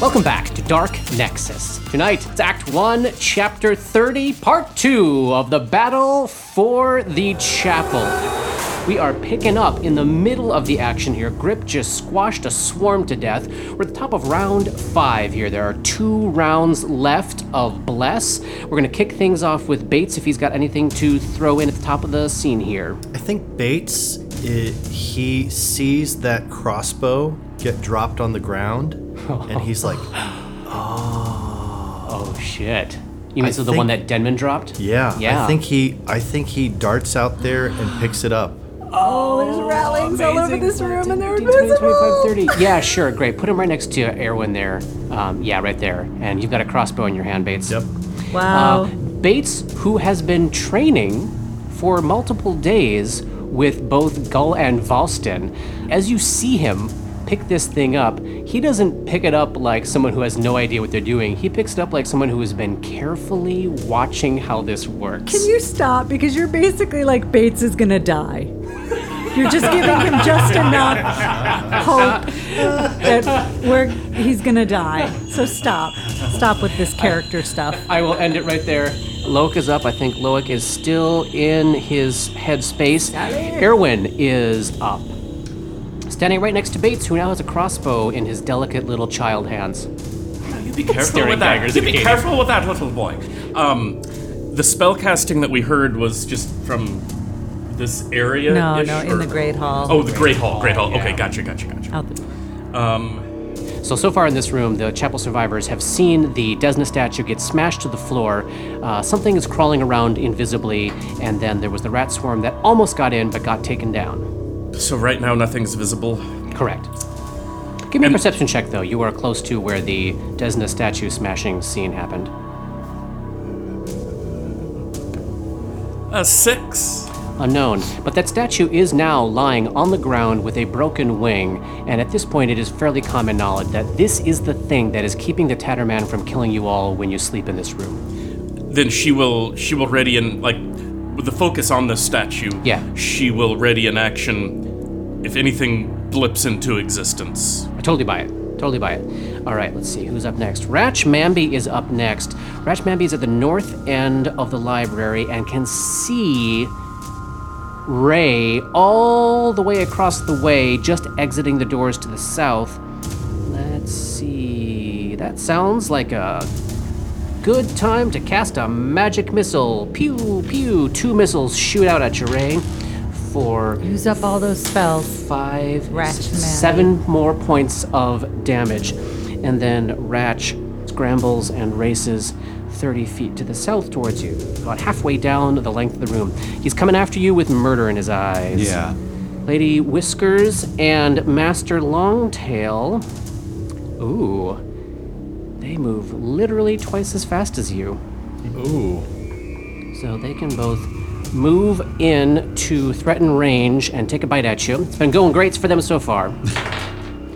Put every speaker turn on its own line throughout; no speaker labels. Welcome back to Dark Nexus. Tonight, it's Act 1, Chapter 30, Part 2 of the Battle for the Chapel. We are picking up in the middle of the action here. Grip just squashed a swarm to death. We're at the top of round five here. There are two rounds left of Bless. We're going to kick things off with Bates if he's got anything to throw in at the top of the scene here.
I think Bates, it, he sees that crossbow get dropped on the ground, and he's like,
Oh, shit. You mean this is the
think-
one that Denman dropped?
"Yeah,
Yeah.
I think he, I think he darts out there and picks it up."
There's rattling all over this room and they're
20,
invisible.
25, 30. Yeah, sure, great. Put him right next to Erwin there. Um, yeah, right there. And you've got a crossbow in your hand, Bates. Uh,
Yep.
Wow.
Bates, who has been training for multiple days with both Gull and Valston, as you see him pick this thing up, he doesn't pick it up like someone who has no idea what they're doing. He picks it up like someone who has been carefully watching how this works.
Can you stop? Because you're basically like Bates is gonna die. You're just giving him just enough hope that we're, he's gonna die. So stop. Stop with this character stuff.
I will end it right there. Loic is up. I think Loic is still in his headspace. Erwin is up. Standing right next to Bates, who now has a crossbow in his delicate little child hands.
You be careful
Staring
with that.
daggers
You
at
be
Katie.
careful with that little boy. Um, the spell casting that we heard was just from this area.
No, no, in the Great Hall.
Oh, the Great Hall. Great Hall. Okay, gotcha, gotcha, gotcha.
Out the-
So, so far in this room, the chapel survivors have seen the Desna statue get smashed to the floor. Uh, something is crawling around invisibly, and then there was the rat swarm that almost got in but got taken down.
Oh.
So right now nothing's visible.
Correct. Give me a
And-
perception check, though. You are close to where the Desna statue smashing scene happened.
A six.
unknown. But that statue is now lying on the ground with a broken wing, and at this point, it is fairly common knowledge that this is the thing that is keeping the Tatterman from killing you all when you sleep in this room.
Then she will she will ready in like with the focus on the statue.
Yeah.
She will ready in action if anything blips into existence.
I totally buy it. Totally buy it. All right, let's see who's up next. Ratch Mamby is up next. Ratch Mamby is at the north end of the library and can see Ray all the way across the way, just exiting the doors to the south. Let's see. That sounds like a good time to cast a magic missile. Pew, pew. Two missiles shoot out at your Ray for
Use up all those spells.
five,
Ratch
s-
Mammy.
seven more points of damage. And then Ratch scrambles and races 30 feet to the south towards you, about halfway down the length of the room. He's coming after you with murder in his eyes.
Yeah.
Lady Whiskers and Master Longtail. Ooh. They move literally twice as fast as you.
Ooh.
So they can both move in to threaten range and take a bite at you. It's been going great for them so far.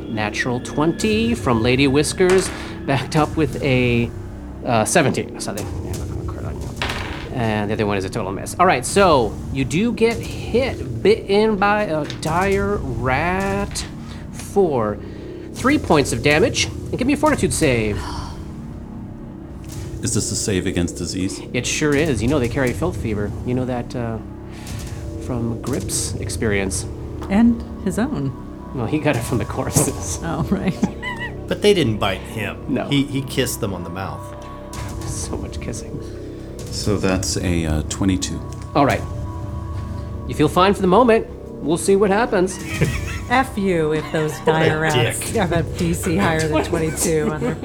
Natural 20 from Lady Whiskers, backed up with a uh, 17. So they, yeah, not gonna crit on you. And the other one is a total miss. All right, so you do get hit, bitten by a dire rat for three points of damage. And give me a fortitude save.
Is this a save against disease?
It sure is. You know they carry filth fever. You know that uh, from Grip's experience.
And his own.
Well, he got it from the corpses.
Oh, right.
But they didn't bite him.
No.
He he kissed them on the mouth.
so much kissing.
So that's a uh, 22.
All right. You feel fine for the moment. We'll see what happens.
F you if those dire rats
dick.
have a DC higher than 22 on their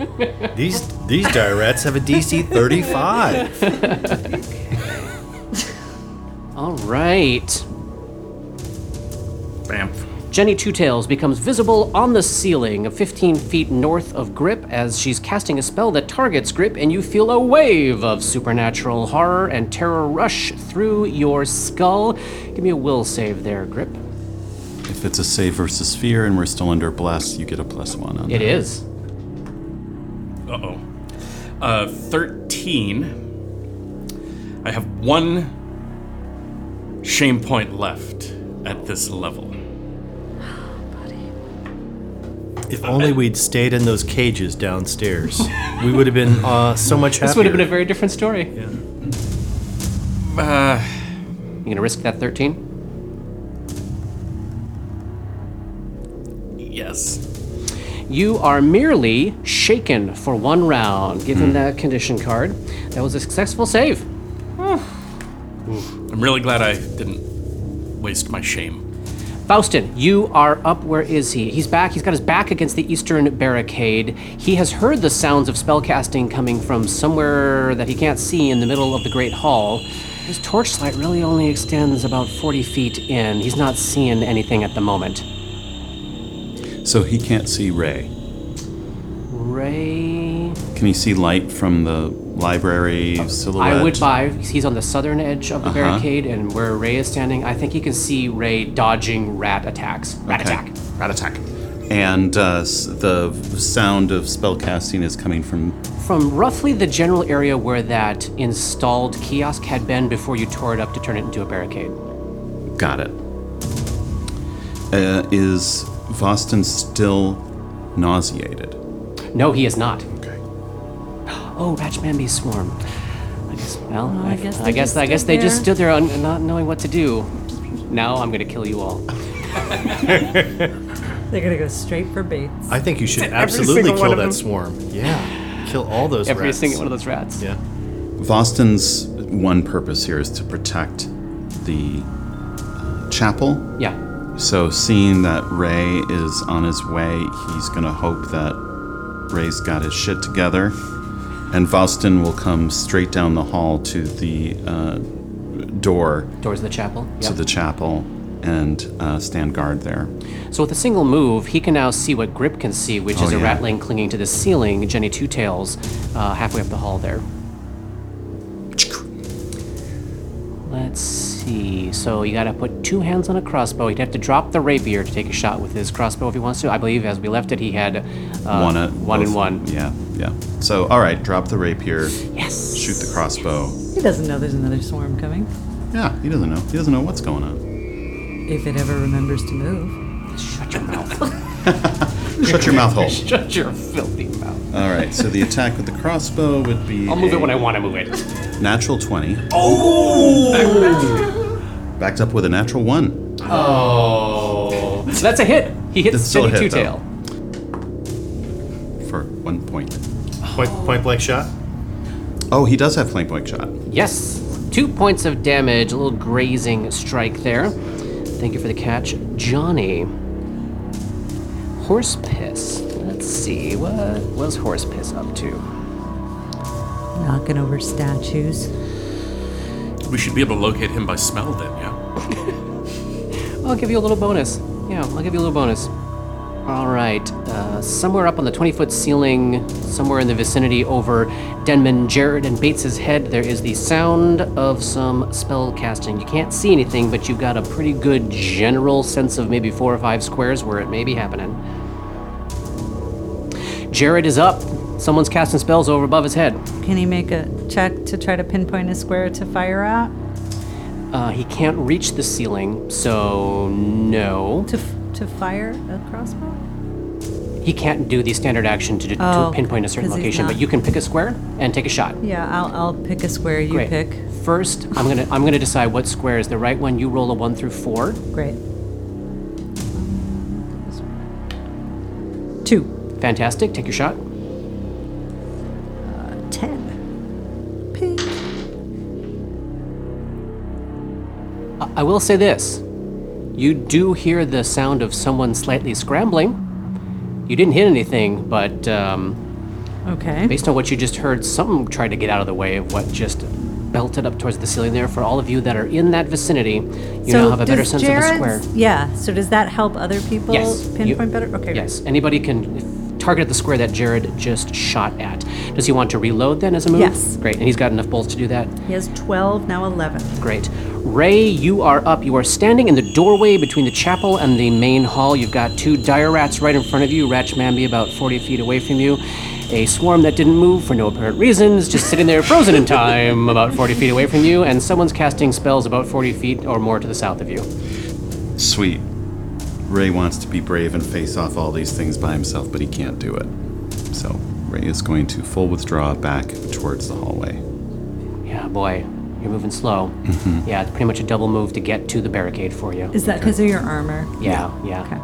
These these dire rats have a DC 35.
All right.
Bam.
Jenny Two Tails becomes visible on the ceiling of 15 feet north of Grip as she's casting a spell that targets Grip, and you feel a wave of supernatural horror and terror rush through your skull. Give me a will save there, Grip.
If it's a save versus fear and we're still under bless, you get a plus one on
It
that.
is.
Uh-oh. Uh, 13. I have one shame point left at this level.
If only we'd stayed in those cages downstairs, we would have been uh, so much happier.
This would have been a very different story. You
Uh,
gonna risk that 13?
yes.
You are merely shaken for one round, given that condition card. That was a successful save.
I'm really glad I didn't waste my shame.
Faustin, you are up. Where is he? He's back. He's got his back against the eastern barricade. He has heard the sounds of spellcasting coming from somewhere that he can't see in the middle of the Great Hall. His torchlight really only extends about 40 feet in. He's not seeing anything at the moment.
So he can't see Ray.
Ray.
Can he see light from the library silhouette?
I would buy. He's on the southern edge of the barricade, and where Ray is standing, I think he can see Ray dodging rat attacks. Rat
Okay.
attack. Rat attack.
And uh, s- the sound of spellcasting is coming from.
From roughly the general area where that installed kiosk had been before you tore it up to turn it into a barricade.
Got it. Uh, is Voston still nauseated?
No, he is not.
Okay.
Oh, Ratchmanby's swarm. I guess. Well,
Oh, I
I,
guess
guess.
they
I guess.
just
I guess
stood
they just
there.
stood there, un- not knowing what to do. Now I'm gonna kill you all.
They're gonna go straight for Bates.
I think you should absolutely
single one
kill
of
that
them.
swarm. Yeah, kill all those.
Every
rats.
single one of those rats.
Yeah.
Voston's one purpose here is to protect the uh, chapel
Yeah.
So, seeing that Ray is on his way, he's gonna hope that Ray's got his shit together, and Faustin will come straight down the hall to the uh, door
Doors of the chapel.
to
Yep.
the chapel and uh, stand guard there.
So with a single move, he can now see what Grip can see, which is a
Oh, yeah.
rattling clinging to the ceiling, Jenny Two Tails, uh, halfway up the hall there. Let's see. So you gotta put two hands on a crossbow. He'd have to drop the rapier to take a shot with his crossbow if he wants to. I believe as we left it, he had uh,
one at
one and
both-
one.
Yeah, yeah. So, all right, drop the rapier,
Yes.
shoot the crossbow.
He doesn't know there's another swarm coming.
Yeah, he doesn't know. He doesn't know what's going on.
If it ever remembers to move.
Shut your mouth.
Shut your mouth hole.
Shut your filthy mouth.
All right. So the attack with the crossbow would be.
I'll move it when
a
I want to move it.
Natural twenty. Oh! Backed up with a natural one.
Oh. That's a hit. He hits
It's still a
Jenny Two
hit, though.
Tail.
for one point.
Point, point blank shot.
Oh, he does have flank point shot.
Yes, two points of damage, a little grazing strike there. Thank you for the catch, Johnny. Horse piss. Let's see, what was horse piss up to?
Knocking over statues.
We should be able to locate him by smell then, yeah?
I'll give you a little bonus. Yeah, I'll give you a little bonus. All right, uh, somewhere up on the 20 foot ceiling, somewhere in the vicinity over Denman, Jared, and Bates's head, there is the sound of some spell casting. You can't see anything, but you've got a pretty good general sense of maybe four or five squares where it may be happening. Jared is up. Someone's casting spells over above his head.
Can he make a check to try to pinpoint a square to fire at?
Uh, he can't reach the ceiling, so no.
To f- to fire a crossbow?
He can't do the standard action to, to
Oh,
pinpoint a certain
'cause he's
location, but
not-
you can pick a square and take a shot.
Yeah, I'll I'll pick a square. You
Great.
pick.
First, I'm gonna I'm gonna decide what square is the right one. You roll a one through four.
Great. Two.
Fantastic. Take your shot.
Ten. Ping.
I, I will say this: you do hear the sound of someone slightly scrambling. You didn't hit anything, but um,
Okay.
based on what you just heard, something tried to get out of the way of what just belted up towards the ceiling there. For all of you that are in that vicinity, you now have a better
does
sense of the square.
Jared's- Yeah. So does that help other people
Yes. you-
pinpoint better? Okay.
Yes. Anybody can target the square that Jared just shot at. Does he want to reload then as a move?
Yes.
Great. And he's got enough bolts to do that.
He has twelve now. Eleven.
Great. Ray, you are up. You are standing in the doorway between the chapel and the main hall. You've got two dire rats right in front of you, Ratchmanby about 40 feet away from you, a swarm that didn't move for no apparent reasons, just sitting there frozen in time about 40 feet away from you, and someone's casting spells about 40 feet or more to the south of you.
Sweet. Ray wants to be brave and face off all these things by himself, but he can't do it. So Ray is going to full withdraw back towards the hallway.
Yeah, boy, you're moving slow. Yeah, it's pretty much a double move to get to the barricade for you.
Is that because of your armor?
yeah, yeah.
Okay.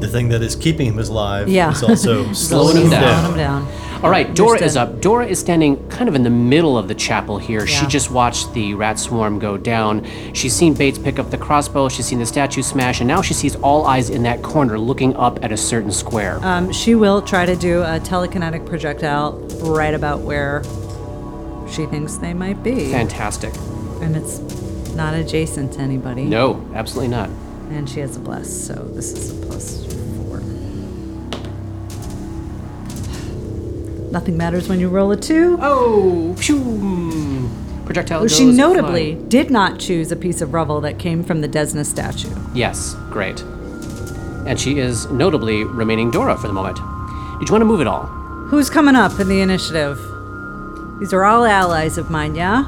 The thing that is keeping him alive
Yeah.
is also slowing
Slowing
him
him
down.
Calm down.
All right, Dora is
Understood.
up. Dora is standing kind of in the middle of the chapel here. She
Yeah.
just watched the rat swarm go down. She's seen Bates pick up the crossbow. She's seen the statue smash, and now she sees all eyes in that corner looking up at a certain square.
Um, she will try to do a telekinetic projectile right about where she thinks they might be.
Fantastic.
And it's not adjacent to anybody.
No, absolutely not.
And she has a bless, so this is a plus four. Nothing matters when you roll a two.
Oh, phew. Projectile.
she
goes
notably
flying.
did not choose a piece of rubble that came from the Desna statue.
Yes, great. And she is notably remaining Dora for the moment. Did you want to move at all?
Who's coming up in the initiative? These are all allies of mine, yeah?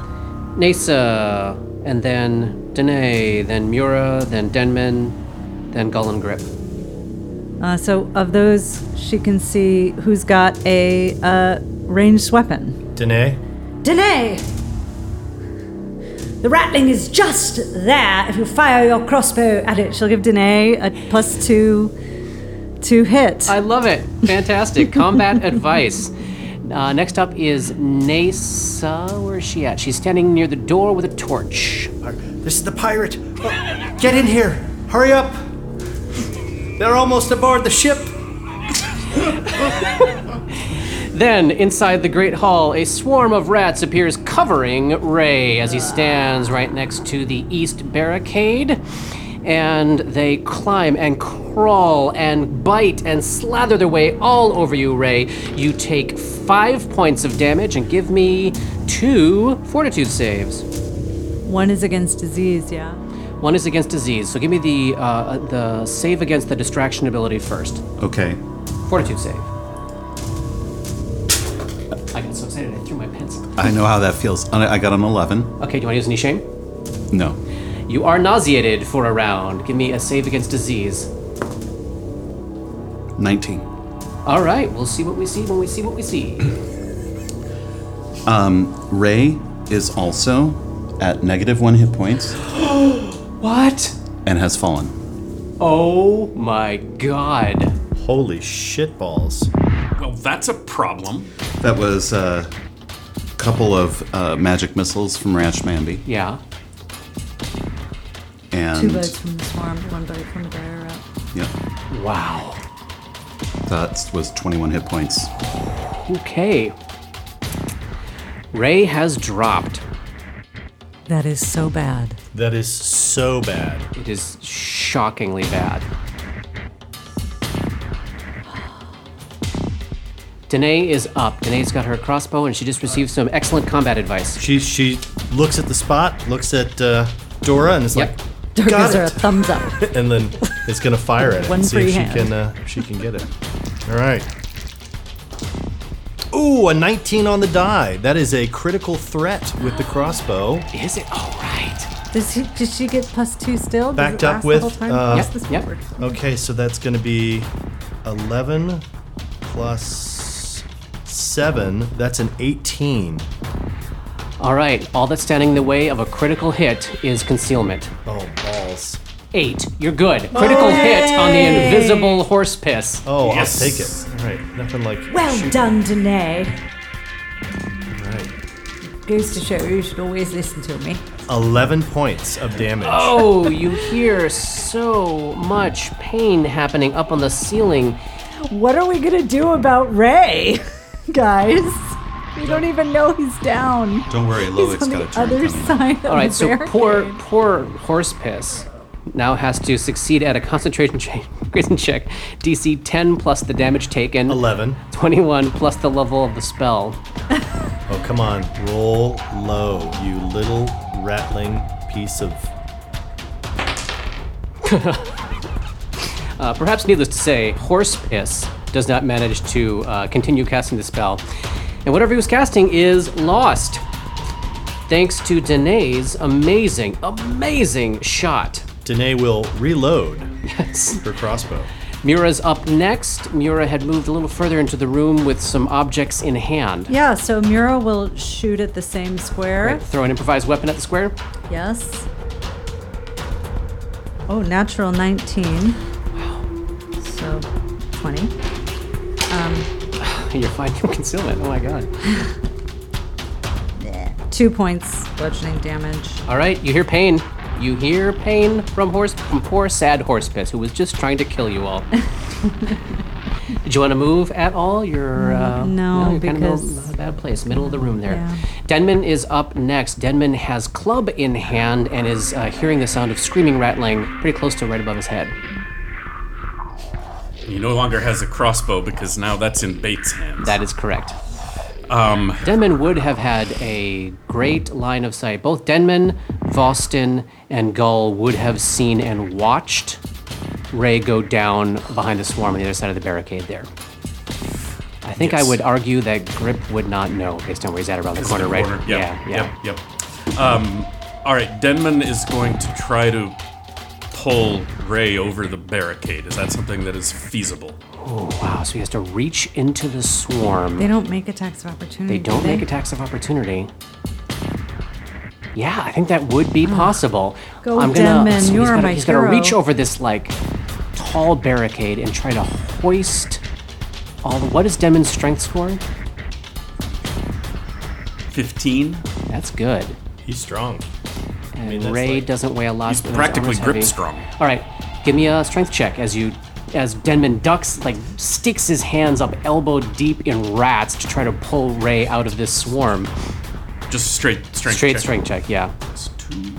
Nasa, and then Danae, then Mura, then Denman, then Gullen Grip.
Uh, so, of those, she can see who's got a uh, ranged weapon.
Danae,
Delay! The rattling is just there if you fire your crossbow at it.
She'll give Danae a plus two to hit.
I love it. Fantastic. Combat advice. Uh, next up is Nasa. Where is she at? She's standing near the door with a torch.
this is the pirate. Oh, get in here. Hurry up. They're almost aboard the ship.
Then, inside the Great Hall, a swarm of rats appears covering Ray as he stands right next to the east barricade. And they climb and crawl and bite and slather their way all over you, Ray. You take five points of damage and give me two fortitude saves.
One is against disease, yeah?
One is against disease, so give me the uh, the save against the distraction ability first.
Okay.
Fortitude save. I got so excited I threw my pencil.
I know how that feels. I I got an 11.
Okay, do you want to use any shame?
No.
You are nauseated for a round. Give me a save against disease.
19.
All right, we'll see what we see when we see what we see.
Ray is also at negative one hit points
what?
and has fallen.
Oh my god.
Holy shitballs.
Well, that's a problem.
That was a couple of uh, magic missiles from Ranch Mandy.
Yeah.
Two
And
bites from the swarm, one bite from the dire rat.
yeah,
Wow.
that was 21 hit points.
Okay. Ray has dropped.
That is so bad.
That is so bad.
It is shockingly bad. Danae is up. Danae's got her crossbow, and she just received some excellent combat advice.
She she looks at the spot, looks at uh, Dora, and is
Yep.
like,
Her
"Got
gives her a
it!"
thumbs up.
And then is gonna fire at it
One
and see if
free
she
hand.
can uh, if she can get it. All right. Ooh, a 19 on the die. That is a critical threat with the crossbow.
Is it all right?
Does she, does she get plus two still? Does
Backed
it
up
last
with,
The whole time?
uh,
Just this
Yep,
forward.
Okay, so that's gonna be 11 plus seven. That's an 18.
All right. All that's standing in the way of a critical hit is concealment.
Oh balls.
Eight. You're good. Critical hit on the invisible horse piss.
Oh,
Yes.
I'll take it. All right, nothing like.
Well
shooting.
done, Danae.
All right.
Goes to show you should always listen to me.
11 points of damage.
Oh, you hear so much pain happening up on the ceiling.
What are we gonna do about Ray, guys? We don't even know he's down.
Don't worry,
He's
Loic's
on
got a
the
turn
other
coming.
side of
All right,
the
so poor,
barricade.
poor horse piss now has to succeed at a concentration check, concentration check, DC 10 plus the damage taken,
11.
21 plus the level of the spell.
Oh, come on. Roll low, you little rattling piece of.
Uh, perhaps needless to say, horse piss does not manage to uh, continue casting the spell, and whatever he was casting is lost, thanks to Danae's amazing, amazing shot.
Danae will reload
Yes.
her crossbow.
Mira's up next. Mira had moved a little further into the room with some objects in hand.
Yeah, so Mura will shoot at the same square.
Throw an improvised weapon at the square.
Yes. Oh, natural 19. Wow. So 20.
You're fine from concealment. Oh my god.
Two points bludgeoning damage.
All right, you hear pain. You hear pain from horse from poor sad horse piss who was just trying to kill you all. Do you want to move at all? You're uh,
no,
you're kind of in a
because-
little bad place, middle of the room there.
Yeah.
Denman is up next. Denman has club in hand and is uh, hearing the sound of screaming rattling pretty close to right above his head.
He no longer has a crossbow because now that's in Bates' hands.
That is correct.
um,
Denman would have had a great line of sight. Both Denman, Vostin, and Gull would have seen and watched Ray go down behind the swarm on the other side of the barricade there. I think I
Yes.
would argue that Grip would not know based on where he's at around the corner, right?
Corner. Yep.
Yeah, yeah.
Yep. Yep. Um, all right. Denman is going to try to pull Ray over the barricade. Is that something that is feasible?
Oh, wow. So he has to reach into the swarm.
They don't make attacks of opportunity.
They don't make attacks of opportunity. Yeah, I think that would be possible.
Hmm. Go,
I'm gonna,
Denman,
so
you
he's
are
gonna,
my
He's gonna reach
hero.
over this like tall barricade and try to hoist all the. What is Denman's strength score?
Fifteen.
That's good.
He's strong.
And
that's
Ray
like-
doesn't weigh a lot.
He's
but his
practically
armor's
grip
heavy.
strong.
All right, give me a strength check as you. As Denman ducks, like sticks his hands up, elbow deep in rats, to try to pull Ray out of this swarm.
Just straight strength.
Straight
check.
strength check, yeah.
It's two.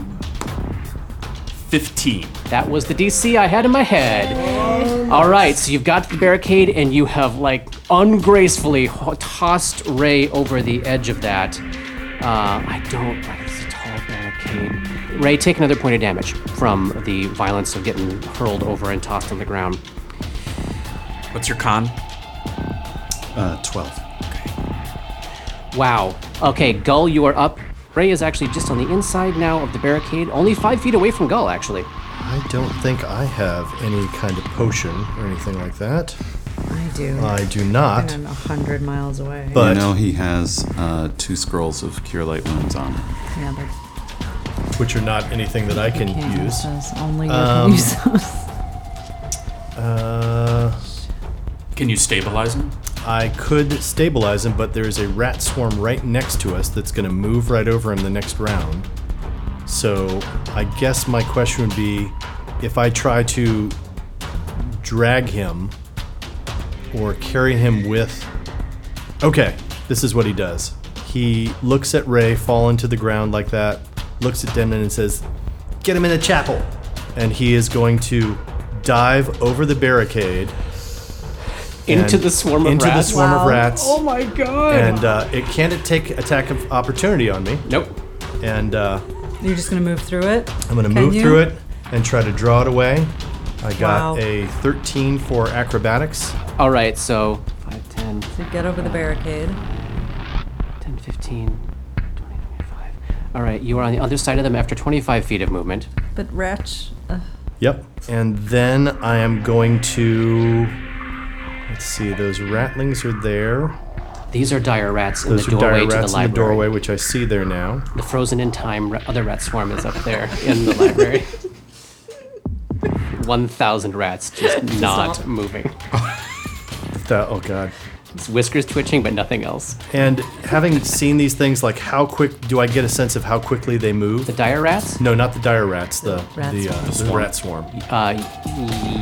Fifteen.
That was the DC I had in my head. All right, so you've got the barricade and you have like ungracefully ho- tossed Ray over the edge of that. Uh, I don't like this tall barricade. Ray, take another point of damage from the violence of getting hurled over and tossed on the ground.
What's your con?
Uh, 12.
Wow. Okay, Gull, you are up. Ray is actually just on the inside now of the barricade, only five feet away from Gull, actually.
I don't think I have any kind of potion or anything like that.
I do.
Uh,
I do not.
I'm a hundred miles away.
You
But
know, he has uh, two scrolls of Cure Light Wounds on him.
yeah, but
which are not anything that I can
can't use
use.
those. Only you
Um,
can use those.
Uh,
Can you stabilize him?
I could stabilize him, but there is a rat swarm right next to us that's going to move right over him the next round. So I guess my question would be if I try to drag him or carry him with. Okay, this is what he does. He looks at Ray fallen to the ground like that, looks at Denman and says, Get him in the chapel! And he is going to dive over the barricade
Into
and
the swarm of
into
rats.
the swarm of rats.
Oh my god.
And uh, it can't take attack of opportunity on me,
Nope.
and uh,
You're just gonna move through it.
I'm gonna
Can
move
you?
through it and try to draw it away. I
Wow.
got a 13 for acrobatics.
All right, so 5, 10,
So get over the barricade.
10, 15, 20, 25. All right, you are on the other side of them after 25 feet of movement.
But Ratch, uh,
Yep. And then I am going to. Let's see. Those rattlings are there.
These are dire rats in
Those
the
are
doorway
dire
to the
rats in
library.
the doorway, which I see there now.
The frozen in time ra- other rat swarm is up there in the library. 1,000 rats just not moving.
That, oh God.
It's whiskers twitching, but nothing else.
And having seen these things, like how quick do I get a sense of how quickly they move?
The dire rats?
No, not the dire rats. The
rat
the, uh, the rat swarm.
Uh,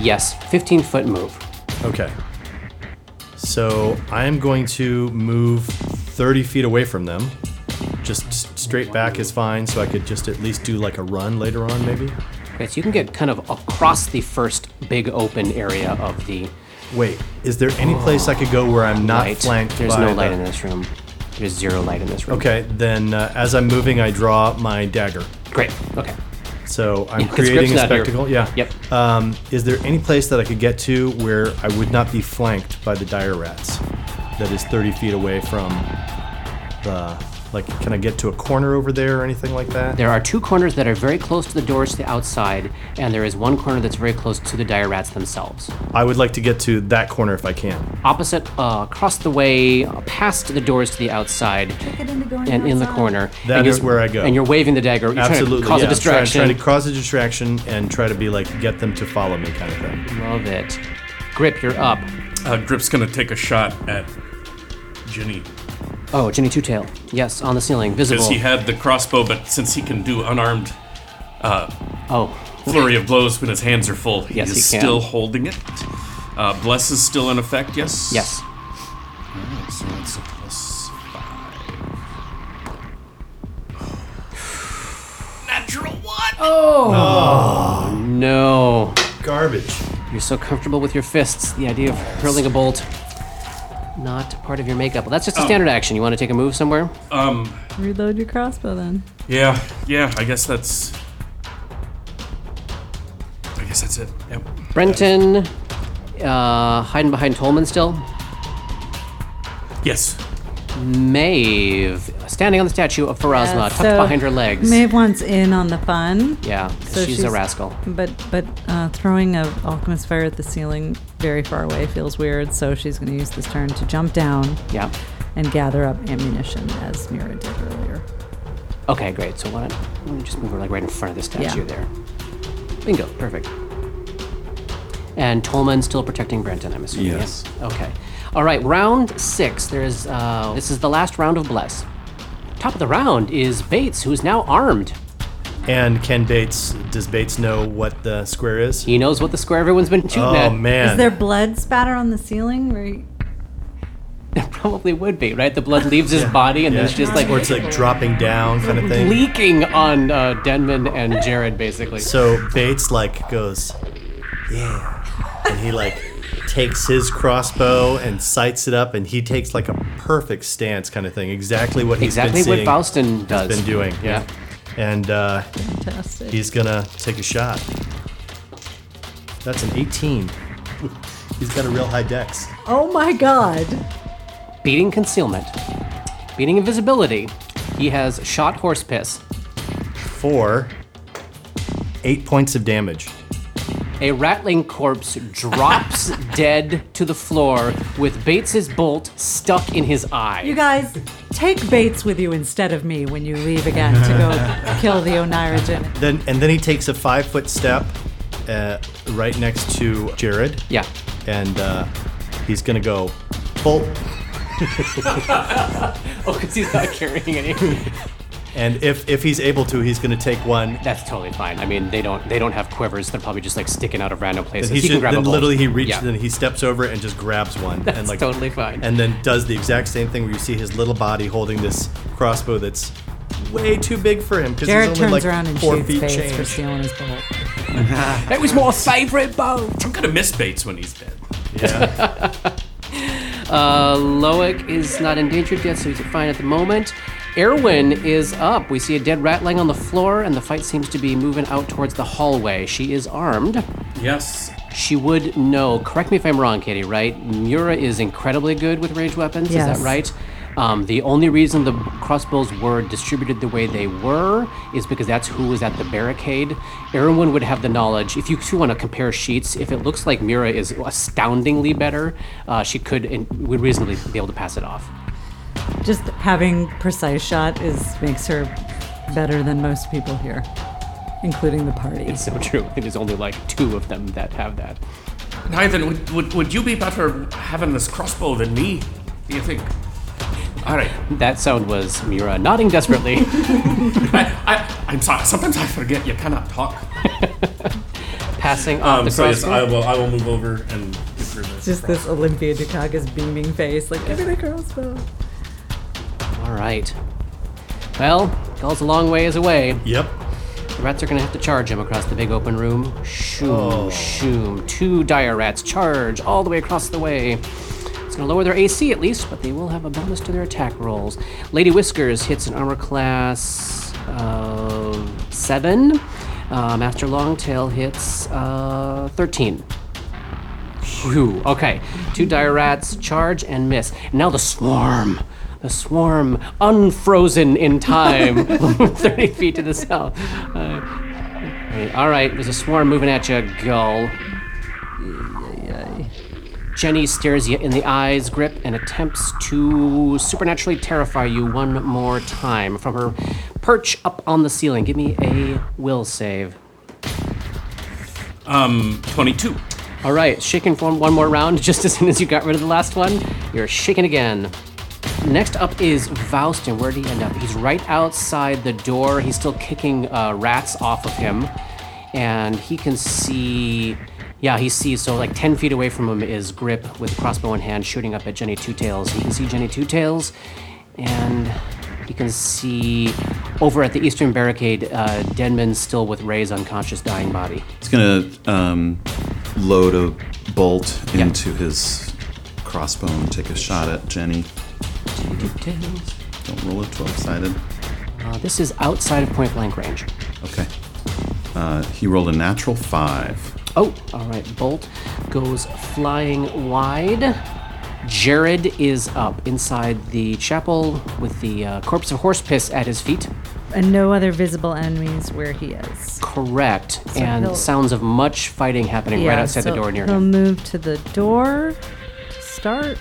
yes, 15 foot move.
Okay. So I am going to move 30 feet away from them. Just s- straight back is fine, so I could just at least do like a run later on, maybe.
Okay, so you can get kind of across the first big open area of the
Wait, is there any place I could go where I'm not
light.
flanked
There's
by
no light
the-
in this room. There's zero light in this room.
Okay, then uh, as I'm moving, I draw my dagger.
Great. Okay.
So I'm
Yeah, 'cause
creating a
Grip's not here.
spectacle. Yeah.
Yep.
Um, is there any place that I could get to where I would not be flanked by the dire rats? That is 30 feet away from the Like, can I get to a corner over there or anything like that?
There are two corners that are very close to the doors to the outside, and there is one corner that's very close to the dire rats themselves.
I would like to get to that corner if I can.
Opposite, uh, across the way, uh, past the doors to the outside,
Get into going
and in the
outside.
corner.
That
and
is
you're-
where I go.
And you're waving the dagger. You're Trying
Absolutely.
to cause a
yeah. I'm trying-
distraction.
Trying, to cause a distraction and try to be like, get them to follow me kind of thing.
Love it. Grip, you're up.
Uh, Grip's gonna take a shot at Ginny.
Oh, Ginny Two Tail. Yes, on the ceiling, visible.
Because he had the crossbow, but since he can do unarmed
oh,
flurry of blows when his hands are full, he
Yes,
is
he can.
still holding it. Uh, bless is still in effect, yes?
yes.
Alright, so that's a plus five. Natural one!
No.
Garbage.
You're so comfortable with your fists. The idea of hurling a bolt, not part of your makeup. Well, that's just a standard action. You want to take a move somewhere?
Reload your crossbow then.
Yeah, yeah, I guess that's. I guess that's it. Yep.
Brenton, uh, hiding behind Tolman still.
Yes.
Maeve, standing on the statue of Farazma,
Yeah,
tucked
Uh, so
behind her legs.
Maeve wants in on the fun.
yeah,
So
she's, a
she's-
rascal.
But but uh, throwing a alchemist fire at the ceiling very far away feels weird, so she's going to use this turn to jump down
Yeah.
and gather up ammunition as Mira did earlier.
Okay, great. So why don't let me just move her like right in front of the statue
Yeah.
there? Bingo, perfect. And Tolman's still protecting Brenton, I'm assuming. yeah?
Yes.
Okay. All right, round six. There's uh, this is the last round of bless. Top of the round is Bates, who's now armed.
And Ken Bates, does Bates know what the square is?
He knows what the square everyone's been shooting
oh,
at.
man.
Is there blood spatter on the ceiling? Where you-
Probably would be right. The blood leaves his body and
Yeah.
then it's just like
or it's like dropping down kind of thing.
leaking on uh, Denman and Jared, basically.
So Bates like goes, yeah, and he like takes his crossbow and sights it up, and he takes like a perfect stance kind of thing, exactly what he's
exactly
been
what
seeing,
Faustin does.
been doing, yeah. And uh,
Fantastic.
he's gonna take a shot. That's an 18. he's got a real high dex.
oh my god!
beating concealment, beating invisibility. He has shot horse piss,
Four. Eight points of damage.
a rattling corpse drops dead to the floor with Bates's bolt stuck in his eye.
You guys, take Bates with you instead of me when you leave again to go kill the Onirigen.
Then and then he takes a five foot step, uh, right next to Jared.
yeah.
and uh, he's gonna go bolt.
Oh, because he's not carrying any.
And if if he's able to, he's gonna take one.
That's totally fine. I mean, they don't they don't have quivers. They're probably just like sticking out of random places. he
He
can
should-
grab a
then
bolt.
literally he reaches
Yeah.
and he steps over and just grabs one and
That's
like
totally fine.
and then does the exact same thing where you see his little body holding this crossbow that's way too big for him because
Jared
he's only
turns
like
around and
four
shoots
feet
Bates
change.
for stealing his bolt.
it was my favorite boat.
I'm gonna miss Bates when he's dead.
Yeah.
Uh, Loic is not endangered yet, so he's fine at the moment. Erwin is up. We see a dead rat lying on the floor, and the fight seems to be moving out towards the hallway. She is armed.
Yes.
She would know. Correct me if I'm wrong, Katie. Right? Mura is incredibly good with ranged weapons. Is
Yes.
that right? Um, the only reason the crossbows were distributed the way they were is because that's who was at the barricade. Erwin would have the knowledge. If you two want to compare sheets, if it looks like Mira is astoundingly better, uh, she could and would reasonably be able to pass it off.
Just having precise shot is makes her better than most people here, including the party.
It's so true. It is only like two of them that have that.
Nathan, would, would, would you be better having this crossbow than me? Do you think? Alright.
That sound was Mira nodding desperately.
I, I, I'm sorry. Sometimes I forget you cannot talk.
passing off the crossbow.
will, Um, I will move over and give her this.
Just this Olympia Dukakis beaming face, like, give me the crossbow.
All right. Well, Gull's a long ways away.
yep.
The rats are gonna have to charge him across the big open room. Shoom, shoom. Two dire rats charge all the way across the way. It's gonna lower their AC at least, but they will have a bonus to their attack rolls. Lady Whiskers hits an armor class of seven. Uh, Master Longtail hits uh, 13. Phew. Okay. Two dire rats charge and miss. Now the swarm the swarm unfrozen in time, 30 feet to the south. Uh, okay, all right, there's a swarm moving at you, gull. Jenny stares you in the eyes, grip, and attempts to supernaturally terrify you one more time from her perch up on the ceiling. Give me a will save.
22.
All right, shaking form one more round just as soon as you got rid of the last one. You're shaking again. Next up is Voustin. Where'd he end up? He's right outside the door. He's still kicking uh, rats off of him. And he can see. Yeah, he sees. So, like 10 feet away from him is Grip with crossbow in hand shooting up at Jenny Two Tails. He can see Jenny Two Tails. And he can see over at the eastern barricade, uh, Denman still with Ray's unconscious dying body.
He's gonna um, load a bolt into his crossbow and take a shot at Jenny.
Jenny Two Tails.
Don't roll a 12 sided.
Uh, this is outside of point blank range.
Okay. Uh, he rolled a natural five.
Oh, all right. Bolt goes flying wide. Jared is up inside the chapel with the uh, corpse of horse piss at his feet.
And no other visible enemies where he is.
Correct.
he'll-
and sounds of much fighting happening right
Yeah,
outside
so
the door near
He'll
him.
move to the door to start.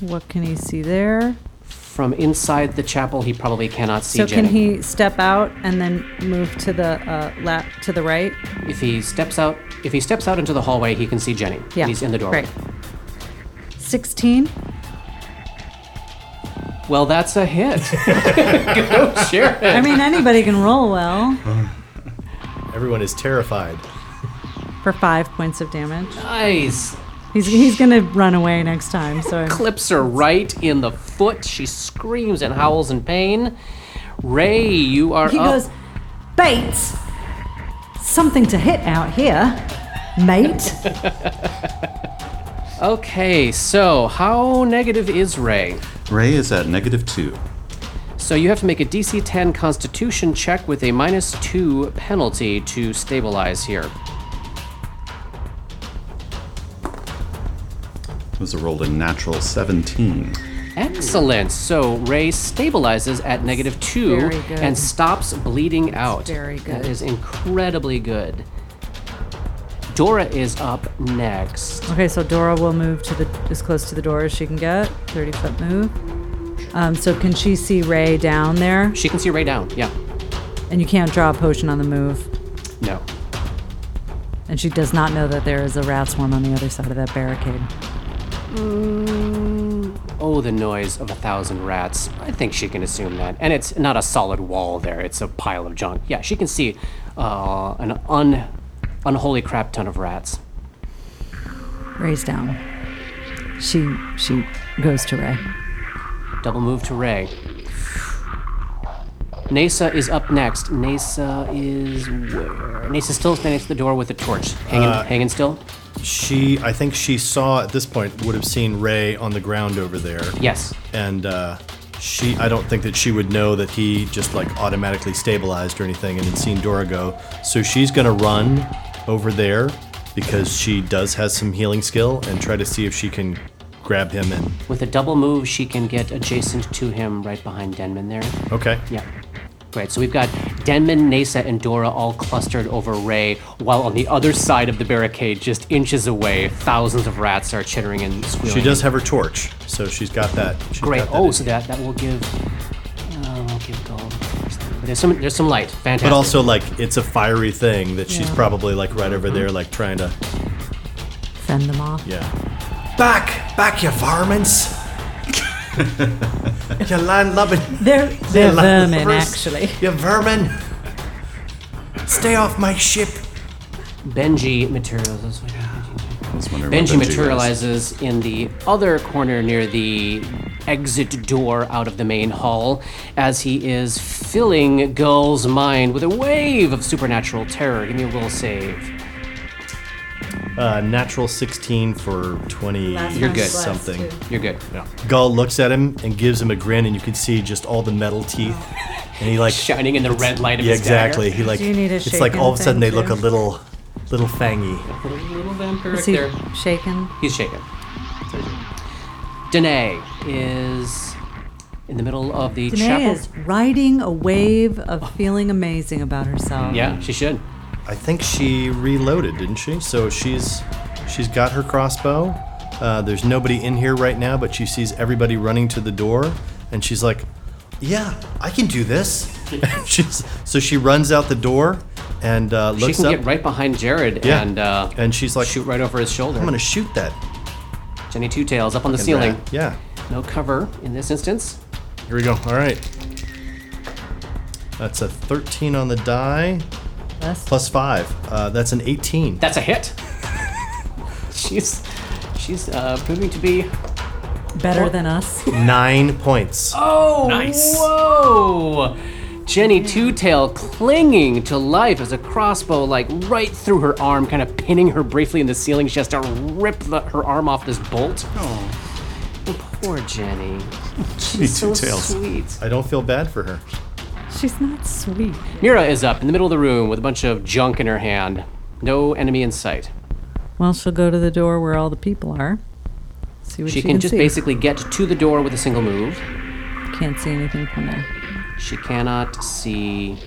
What can he see there?
From inside the chapel, he probably cannot see
so
Jenny.
can he step out and then move to the uh, lap to the right?
if he steps out, if he steps out into the hallway, he can see Jenny.
Yeah.
He's in the doorway.
Great. Sixteen.
Well, that's a hit. Go, Jared.
I mean, anybody can roll well
Everyone is terrified.
for five points of damage.
Nice.
He's he's gonna run away next time. So I'm-
clips her right in the foot. She screams and howls in pain. Ray, you are
He
up.
goes, Bates, something to hit out here, mate.
okay, so how negative is Ray?
Ray is at negative two.
So you have to make a DC 10 Constitution check with a minus two penalty to stabilize here.
Was a rolled a natural 17.
Excellent. So Ray stabilizes at negative two
Very good.
and stops bleeding out.
very good.
That is incredibly good. Dora is up next.
Okay, so Dora will move to the as close to the door as she can get. Thirty foot move. Um, so can she see Ray down there?
She can see Ray down. Yeah.
And you can't draw a potion on the move.
No.
And she does not know that there is a rat swarm on the other side of that barricade.
Oh, the noise of a thousand rats. I think she can assume that. And it's not a solid wall there, it's a pile of junk. Yeah, she can see uh, an un- unholy crap ton of rats.
Ray's down. She she goes to Ray.
Double move to Ray. Nasa is up next. Nasa is where? Nasa's still standing next to the door with the torch. Hanging, hanging still?
She, I think she saw at this point, would have seen Ray on the ground over there.
Yes.
And uh, she, I don't think that she would know that he just like automatically stabilized or anything and had seen Dora go. So she's going to run over there because she does has some healing skill and try to see if she can grab him and.
With a double move, she can get adjacent to him right behind Denman there.
Okay.
Yeah. Great. So we've got Denman, Nasa, and Dora all clustered over Ray, while on the other side of the barricade, just inches away, thousands of rats are chittering and squealing.
She does have her torch, so she's got that. she's
Great.
got that
Oh,
in.
so that that will give. Um, I'll give gold. first. But There's some there's some light. Fantastic.
But also, like, it's a fiery thing that she's probably like right over
Uh-huh.
there, like trying to.
Fend them off.
Yeah. Back, back, you varmints! you land lubbing.
They're they're vermin
landlubbers.
actually.
You vermin! Stay off my ship!
Benji materializes.
I was wondering where
Benji
was.
materializes in the other corner near the exit door out of the main hall as he is filling Gull's mind with a wave of supernatural terror. Give me a will save.
Uh, natural 16 for 20
You're good.
something.
You're good.
Gull looks at him and gives him a grin, and you can see just all the metal teeth. And he, like,
Shining in the red light of
yeah,
his dagger.
exactly. He, like,
Do you need a
it's like all of a
shaken
sudden they
thing,
look a
too?
little, little fangy.
Little vampiric
Is he
there.
shaken?
He's shaken. Danae is in the middle of the
Danae
chapel.
is riding a wave of feeling amazing about herself.
Yeah, she should.
I think she reloaded, didn't she? So she's she's got her crossbow. Uh, there's nobody in here right now, but she sees everybody running to the door, and she's like, "Yeah, I can do this." she's, so she runs out the door and uh,
She
looks
can
up,
get right behind Jared
Yeah.
and uh,
and she's like,
shoot right over his shoulder.
"I'm gonna shoot that
Jenny Two Tails up on the ceiling.
rat." Yeah,
No cover in this instance.
here we go. All right, that's a 13 on the die
Plus-
plus five. Uh, that's an 18.
That's a hit. she's she's uh, proving to be.
Better than us.
Nine points.
Oh,
Nice.
Whoa! Jenny Two Tail clinging to life as a crossbow, like right through her arm, kind of pinning her briefly in the ceiling. She has to rip the, her arm off this bolt. Oh, poor Jenny. She's so
Two Tails.
sweet.
I don't feel bad for her.
She's not sweet.
Mira is up in the middle of the room with a bunch of junk in her hand. No enemy in sight.
Well, she'll go to the door where all the people are. See what
She
she,
can just
see.
basically get to the door with a single move.
Can't see anything from there.
She cannot see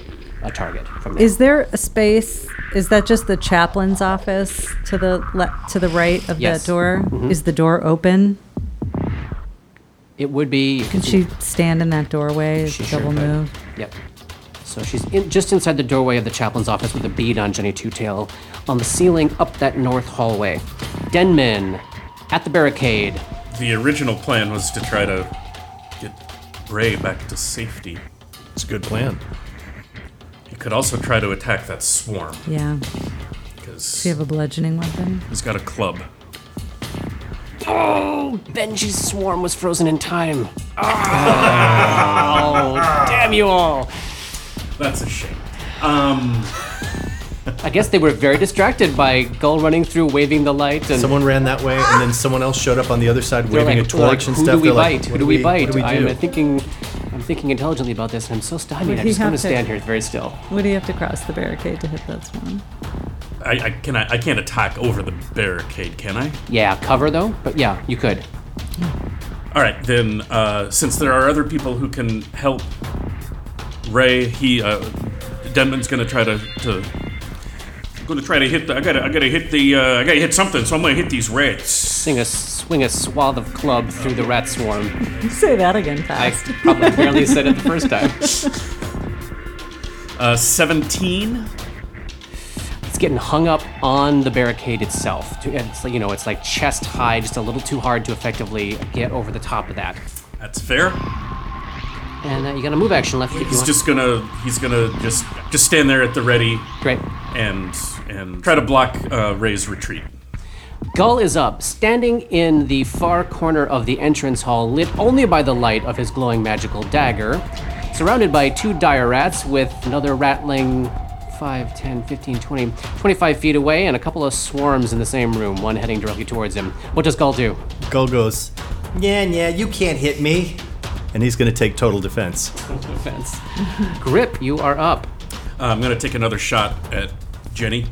a target from there.
Is there a space? Is that just the chaplain's office to the le- to the right of
Yes. Mm-hmm.
that door? Is the door open?
It would be. You can
Can she stand in that doorway? Is
She
a
sure
double
could.
move?
Yep. So she's in, just inside the doorway of the chaplain's office with a bead on Jenny Two Tail on the ceiling up that north hallway. Denman at the barricade.
The original plan was to try to get Ray back to safety.
It's a good plan.
You could also try to attack that swarm
Yeah.
because
Do you have a bludgeoning weapon?
he's got a club.
Oh, Benji's swarm was frozen in time. Oh, damn you all!
That's a shame. Um,
I guess they were very distracted by Gull running through, waving the light, and
Someone ran that way, and then someone else showed up on the other side
they're
waving
like,
a
they're like,
torch and
who
stuff.
Do we
They're
bite?
like,
who do we bite?
What do we
I'm uh,
do?
thinking, I'm thinking intelligently about this, and I'm so stymied.
Would
I'm
he
just going to
have to-
stand here very still.
Would he have to cross the barricade to hit that swarm?
I, I can I, I can't attack over the barricade, can I?
Yeah, cover though, but yeah, you could.
All right, then. Uh, since there are other people who can help Ray, he uh, Denman's gonna try to to gonna try to hit. The, I gotta I gotta hit the uh, I gotta hit something. So I'm gonna hit these rats.
Sing a swing a swath of club through the rat swarm.
Say that again
I
fast.
probably barely said it the first time.
Uh, Seventeen.
It's getting hung up on the barricade itself. To- It's like, you know, it's like chest high, just a little too hard to effectively get over the top of that.
That's fair.
And uh, you got a move action left if you
He's
want.
just gonna he's gonna just just stand there at the ready
Great.
and and try to block uh, Ray's retreat.
Gull is up, standing in the far corner of the entrance hall, lit only by the light of his glowing magical dagger, surrounded by two dire rats with another rattling 5, 10, 15, 20, 25 feet away, and a couple of swarms in the same room, one heading directly towards him. What does Gull do?
Gull goes, yeah, yeah, you can't hit me. And he's going to take total defense.
Defense. Grip, you are up.
Uh, I'm gonna take another shot at Jenny.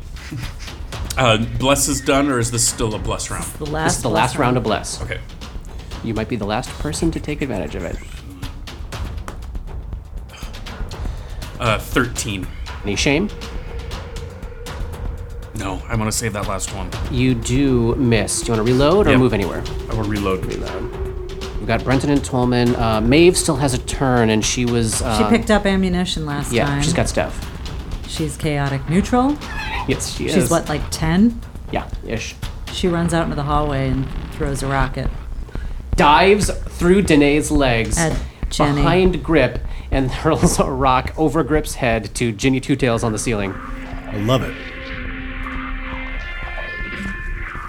Uh, bless is done, or is this still a bless round?
The
This is the last round of Bless.
Okay.
You might be the last person to take advantage of it.
Uh, 13.
Any shame?
No, I want to save that last one.
You do miss. Do you want to reload or
Yep.
move anywhere?
I will reload. Reload.
We've got Brenton and Tolman. Uh, Maeve still has a turn, and she was.
She
um,
picked up ammunition last
Yeah,
time.
she's got stuff.
She's chaotic neutral.
Yes, she
She's
is.
what, like 10?
Yeah, ish.
She runs out into the hallway and throws a rocket.
Dives through Danae's legs
At Jenny.
behind Grip and hurls a rock over Grip's head to Ginny Two Tails on the ceiling.
I love it.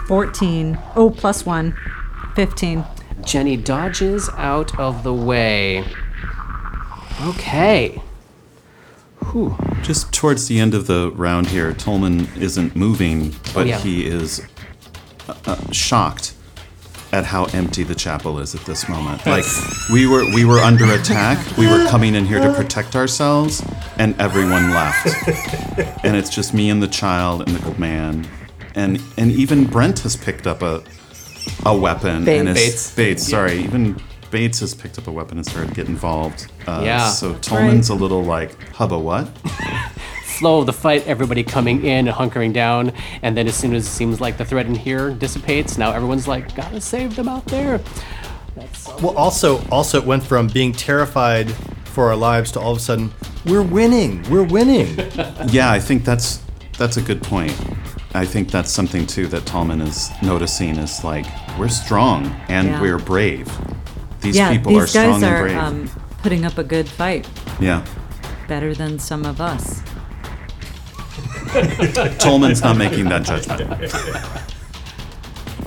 14. Oh, plus one. 15.
Jenny dodges out of the way. Okay.
Just towards the end of the round here, Tolman isn't moving, but
yeah.
he is uh, uh, shocked at how empty the chapel is at this moment. Like we were we were under attack. We were coming in here to protect ourselves, and everyone left. and it's just me and the child and the old man, and and even Brent has picked up a a weapon. And is,
Bates.
Bates. sorry. Even Bates has picked up a weapon and started to get involved. Uh,
Yeah.
So Tolman's a little like, hubba what?
flow of the fight, everybody coming in and hunkering down, and then as soon as it seems like the threat in here dissipates, now everyone's like, gotta save them out there.
Well, also, also it went from being terrified for our lives to all of a sudden, we're winning, we're winning.
Yeah, I think that's that's a good point. I think that's something too that Tallman is noticing is like we're strong and
Yeah.
we're brave. These
yeah,
people
these
are strong
guys
and
are
brave.
um, putting up a good fight,
yeah.
better than some of us.
Tolman's not making that judgment.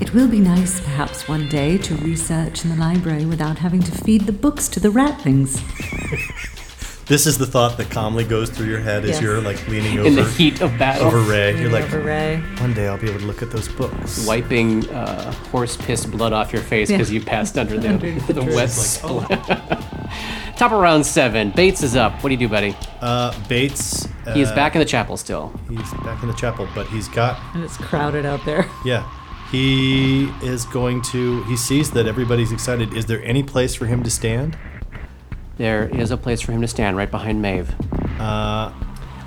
It will be nice, perhaps, one day to research in the library without having to feed the books to the ratlings.
this is the thought that calmly goes through your head as
Yes.
you're like leaning
In the
over
heat of battle,
over Ray. You're like,
Over Ray.
one day I'll be able to look at those books.
wiping uh, horse piss blood off your face
Yeah.
because you passed under the, the, wet spl- Top of round seven. Bates is up. What do you do, buddy?
Uh, Bates. Uh,
He is back in the chapel still.
He's back in the chapel, but he's got
And it's crowded out there.
Yeah. He is going to. He sees that everybody's excited. Is there any place for him to stand?
There is a place for him to stand right behind Maeve.
Uh,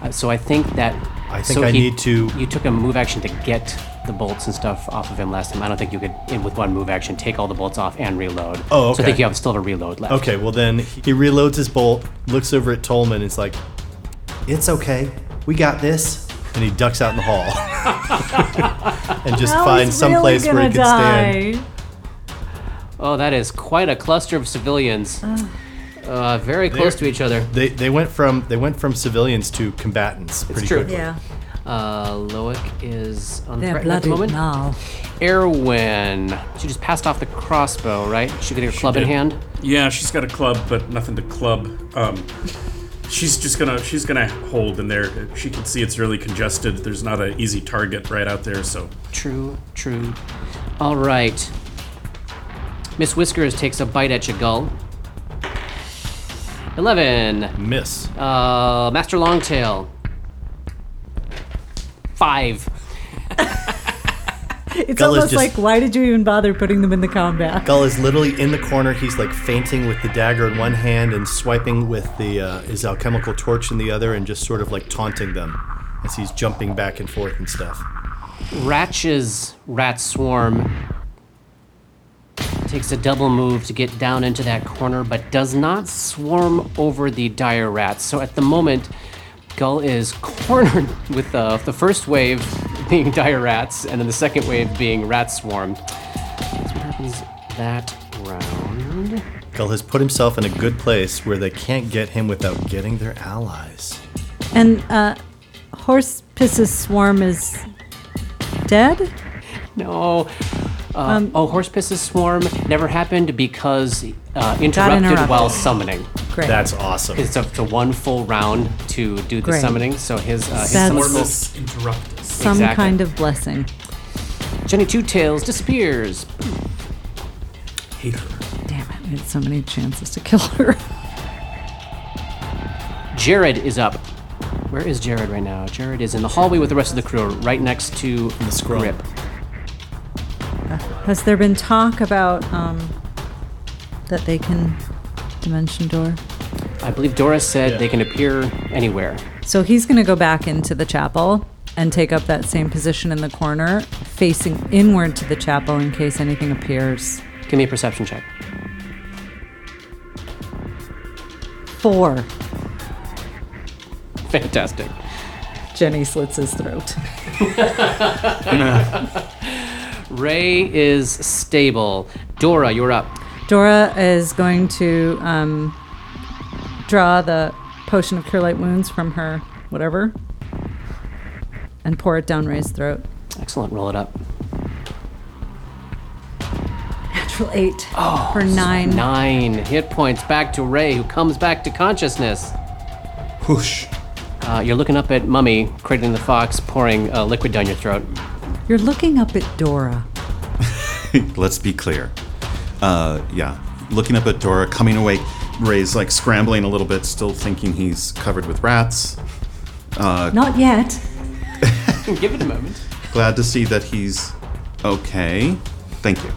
Uh, so I think that.
I think
so
I
he-
need to-
You took a move action to get the bolts and stuff off of him last time. I don't think you could, in with one move action, take all the bolts off and reload.
Oh,
So I
okay.
think you have still have a reload left.
okay, well then he reloads his bolt, looks over at Tolman, and is like, It's okay. We got this. And he ducks out in the hall. and just
Now
finds
he's
some
really
place where he
gonna
can stand.
die.
Oh, that is quite a cluster of civilians. Uh, very close to each other.
They, they went from they went from civilians to combatants pretty
true.
quickly.
Yeah.
Uh, Loic is on
They're
threat at the
bloody
moment.
now.
Erwin. She just passed off the crossbow, right? She could get her club in
did.
hand.
Yeah, she's got a club, but nothing to club. Um, she's just gonna she's gonna hold in there. She can see it's really congested. There's not an easy target right out there, so
True, true. All right. Miss Whiskers takes a bite at your gull. 11.
Miss.
Uh, Master Longtail. 5.
It's
Gull is
almost
just-
like, why did you even bother putting them in the combat?
Gull is literally in the corner. He's like fainting with the dagger in one hand and swiping with the uh, his alchemical torch in the other, and just sort of like taunting them as he's jumping back and forth and stuff.
Ratch's rat swarm takes a double move to get down into that corner, but does not swarm over the dire rats. So at the moment, Gull is cornered with uh, the first wave being dire rats, and then the second wave being rat swarm. That's what happens that round.
Gull has put himself in a good place where they can't get him without getting their allies.
And uh, horse pisses swarm is dead.
No. Uh, oh, horse pisses swarm never happened because uh, interrupted
interrupted.
while summoning.
Great.
That's awesome.
It's up to one full round to do the
Great.
summoning. So his, uh, his
That's-
summon will-
Ormus
interruptus.
Some
exactly.
kind of blessing.
Jenny Two Tails disappears.
Hate her.
Damn it, I had so many chances to kill her.
Jared is up. Where is Jared right now? Jared is in the hallway with the rest of the crew, right next to the
scrum.
Grip.
Has there been talk about um, that they can dimension door?
I believe Dora said they can appear anywhere.
So he's going to go back into the chapel and take up that same position in the corner, facing inward to the chapel in case anything appears.
Give me a perception check.
Four.
Fantastic.
Jenny slits his throat.
Ray is stable. Dora, you're up.
Dora is going to um, draw the potion of cure light wounds from her whatever and pour it down Ray's throat.
Excellent. Roll it up.
Natural eight oh, for nine.
Nine hit points back to Ray, who comes back to consciousness.
Whoosh.
Uh, you're looking up at Mummy, cradling the fox, pouring uh, liquid down your throat.
You're looking up at Dora.
Let's be clear. Uh, yeah. Looking up at Dora, coming awake. Ray's like scrambling a little bit, still thinking he's covered with rats.
Not yet.
Give it a moment.
Glad to see that he's okay. Thank you.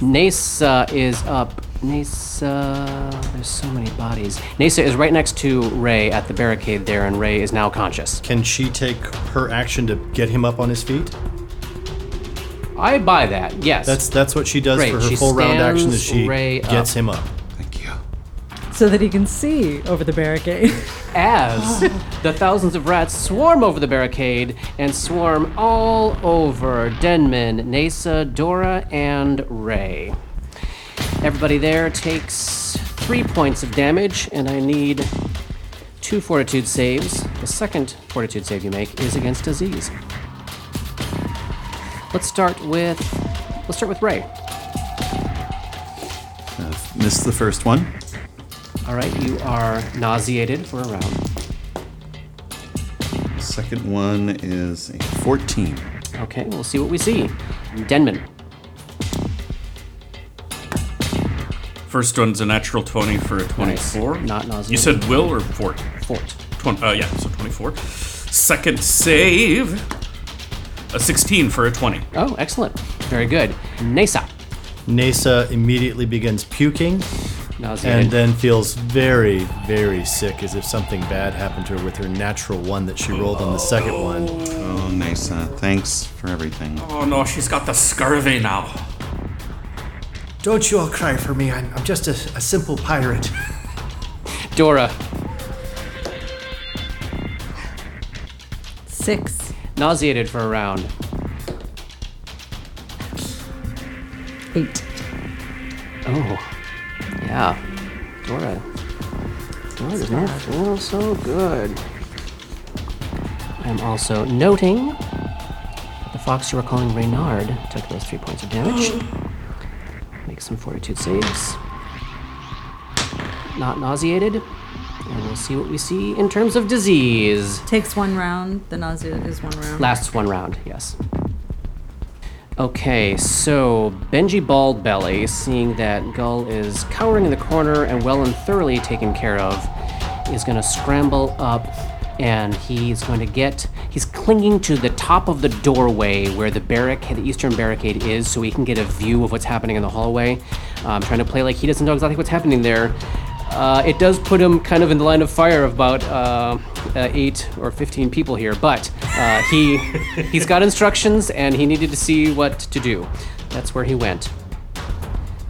Nasa is up. Nasa. There's so many bodies. Nasa is right next to Ray at the barricade there, and Ray is now conscious.
Can she take her action to get him up on his feet?
I buy that, yes.
That's that's what she does
Right,
for her
she
full round action. Is
stands
she
Ray up.
gets him up?
Thank you.
so that he can see over the barricade.
As the thousands of rats swarm over the barricade and swarm all over Denman, Nasa, Dora, and Ray. Everybody there takes three points of damage, and I need two fortitude saves. The second fortitude save you make is against disease. Let's start with let's start with Ray.
Uh, missed the first one.
All right, you are nauseated for a round.
Second one is a 14.
Okay, we'll see what we see. Denman.
First one's a natural 20 for a 24.
Not
You
nauseated.
said will or fort?
Fort.
Twen- uh, yeah, so 24. Second save, a 16 for a 20.
Oh, excellent. Very good. Nasa.
Nasa immediately begins puking
Nauseated.
and uh, then feels very, very sick as if something bad happened to her with her natural one that she rolled on the second one.
Oh, nice. Uh, thanks for everything.
Oh no, she's got the scurvy now.
Don't you all cry for me. I'm, I'm just a, a simple pirate.
Dora.
Six.
Nauseated for a round.
Eight.
Oh. Yeah. Dora. Dora's not feel so good. I'm also noting that the fox you were calling Reynard took those three points of damage. Make some fortitude saves. Not nauseated. And we'll see what we see in terms of disease.
Takes one round. The nausea is one round.
Lasts one round, yes. Okay, so Benji Baldbelly, seeing that Gull is cowering in the corner and well and thoroughly taken care of, is going to scramble up and he's going to get. He's clinging to the top of the doorway where the barricade, the eastern barricade is, so he can get a view of what's happening in the hallway. Um, trying to play like he doesn't know exactly what's happening there. Uh, it does put him kind of in the line of fire of about uh, uh, eight or fifteen people here, but uh, he he's got instructions and he needed to see what to do. That's where he went.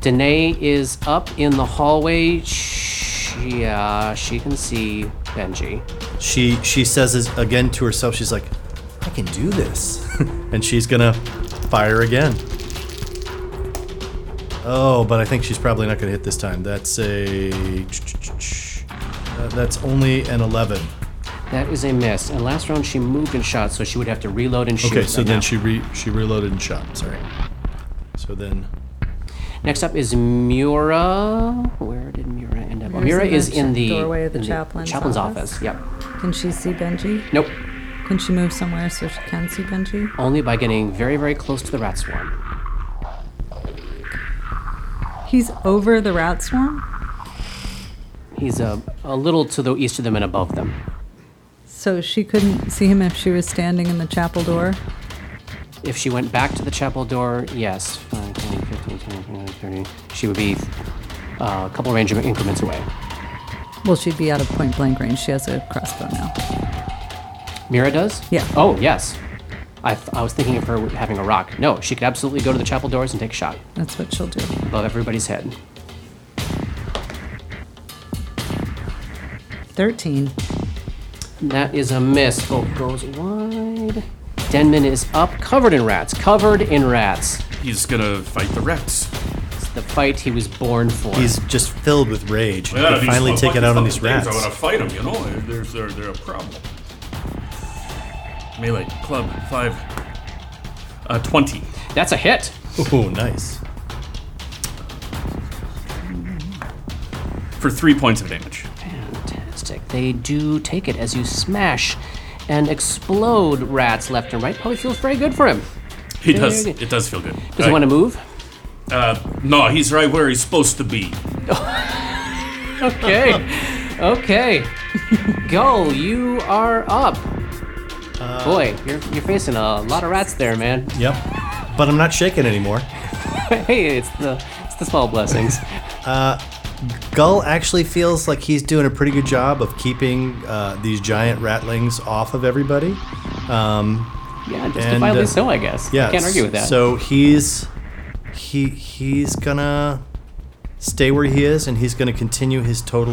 Danae is up in the hallway. She, yeah, she can see Benji.
She she says this again to herself. She's like, I can do this, and she's gonna fire again. Oh, but I think she's probably not gonna hit this time. That's a uh, that's only an eleven.
That is a miss. And last round she moved and shot, so she would have to reload and shoot.
Okay, so
right
then
now.
she re, she reloaded and shot. Sorry. So then
Next up is Mura. Where did Mura end up? Oh,
Mura's
Mura
in the
is in
cha-
the
doorway of the
in
chaplain's
chaplain's
office.
office. Yep.
Can she see Benji?
Nope.
Can she move somewhere so she can see Benji?
Only by getting very, very close to the rat swarm.
He's over the rat swarm.
He's a, a little to the east of them and above them.
So she couldn't see him if she was standing in the chapel door.
If she went back to the chapel door, yes, 5, 10, 15, 20, 20, 30, she would be uh, a couple range of increments away.
Well, she'd be out of point blank range. She has a crossbow now.
Mira does?
Yeah.
Oh, yes. I, th- I was thinking of her having a rock. No, she could absolutely go to the chapel doors and take a shot
That's what she'll do.
above everybody's head.
Thirteen.
That is a miss. Bolt goes wide. Denman is up, covered in rats. Covered in rats.
He's gonna fight the rats.
It's the fight he was born for.
he's just filled with rage. He can finally take it out on these rats.
I wanna fight them, you know? They're, they're, they're a problem. Melee, club, five, uh, 20.
That's a hit.
Oh, nice.
for three points of damage.
Fantastic. They do take it as you smash and explode rats left and right. Probably feels very good for him.
He does.
good.
It does feel good.
Does he want to move?
to? No, he's right where he's supposed to be.
Okay. okay. Gull, you are up.
Uh,
Boy, you're, you're facing a lot of rats there, man.
Yep. But I'm not shaking anymore.
hey, it's the it's the small blessings.
Gull actually feels like he's doing a pretty good job of keeping uh, these giant ratlings off of everybody. Um,
Yeah,
And,
justifiably
uh,
so, I guess.
yeah,
I can't argue with that.
So he's he he's gonna stay where he is, and he's gonna continue his total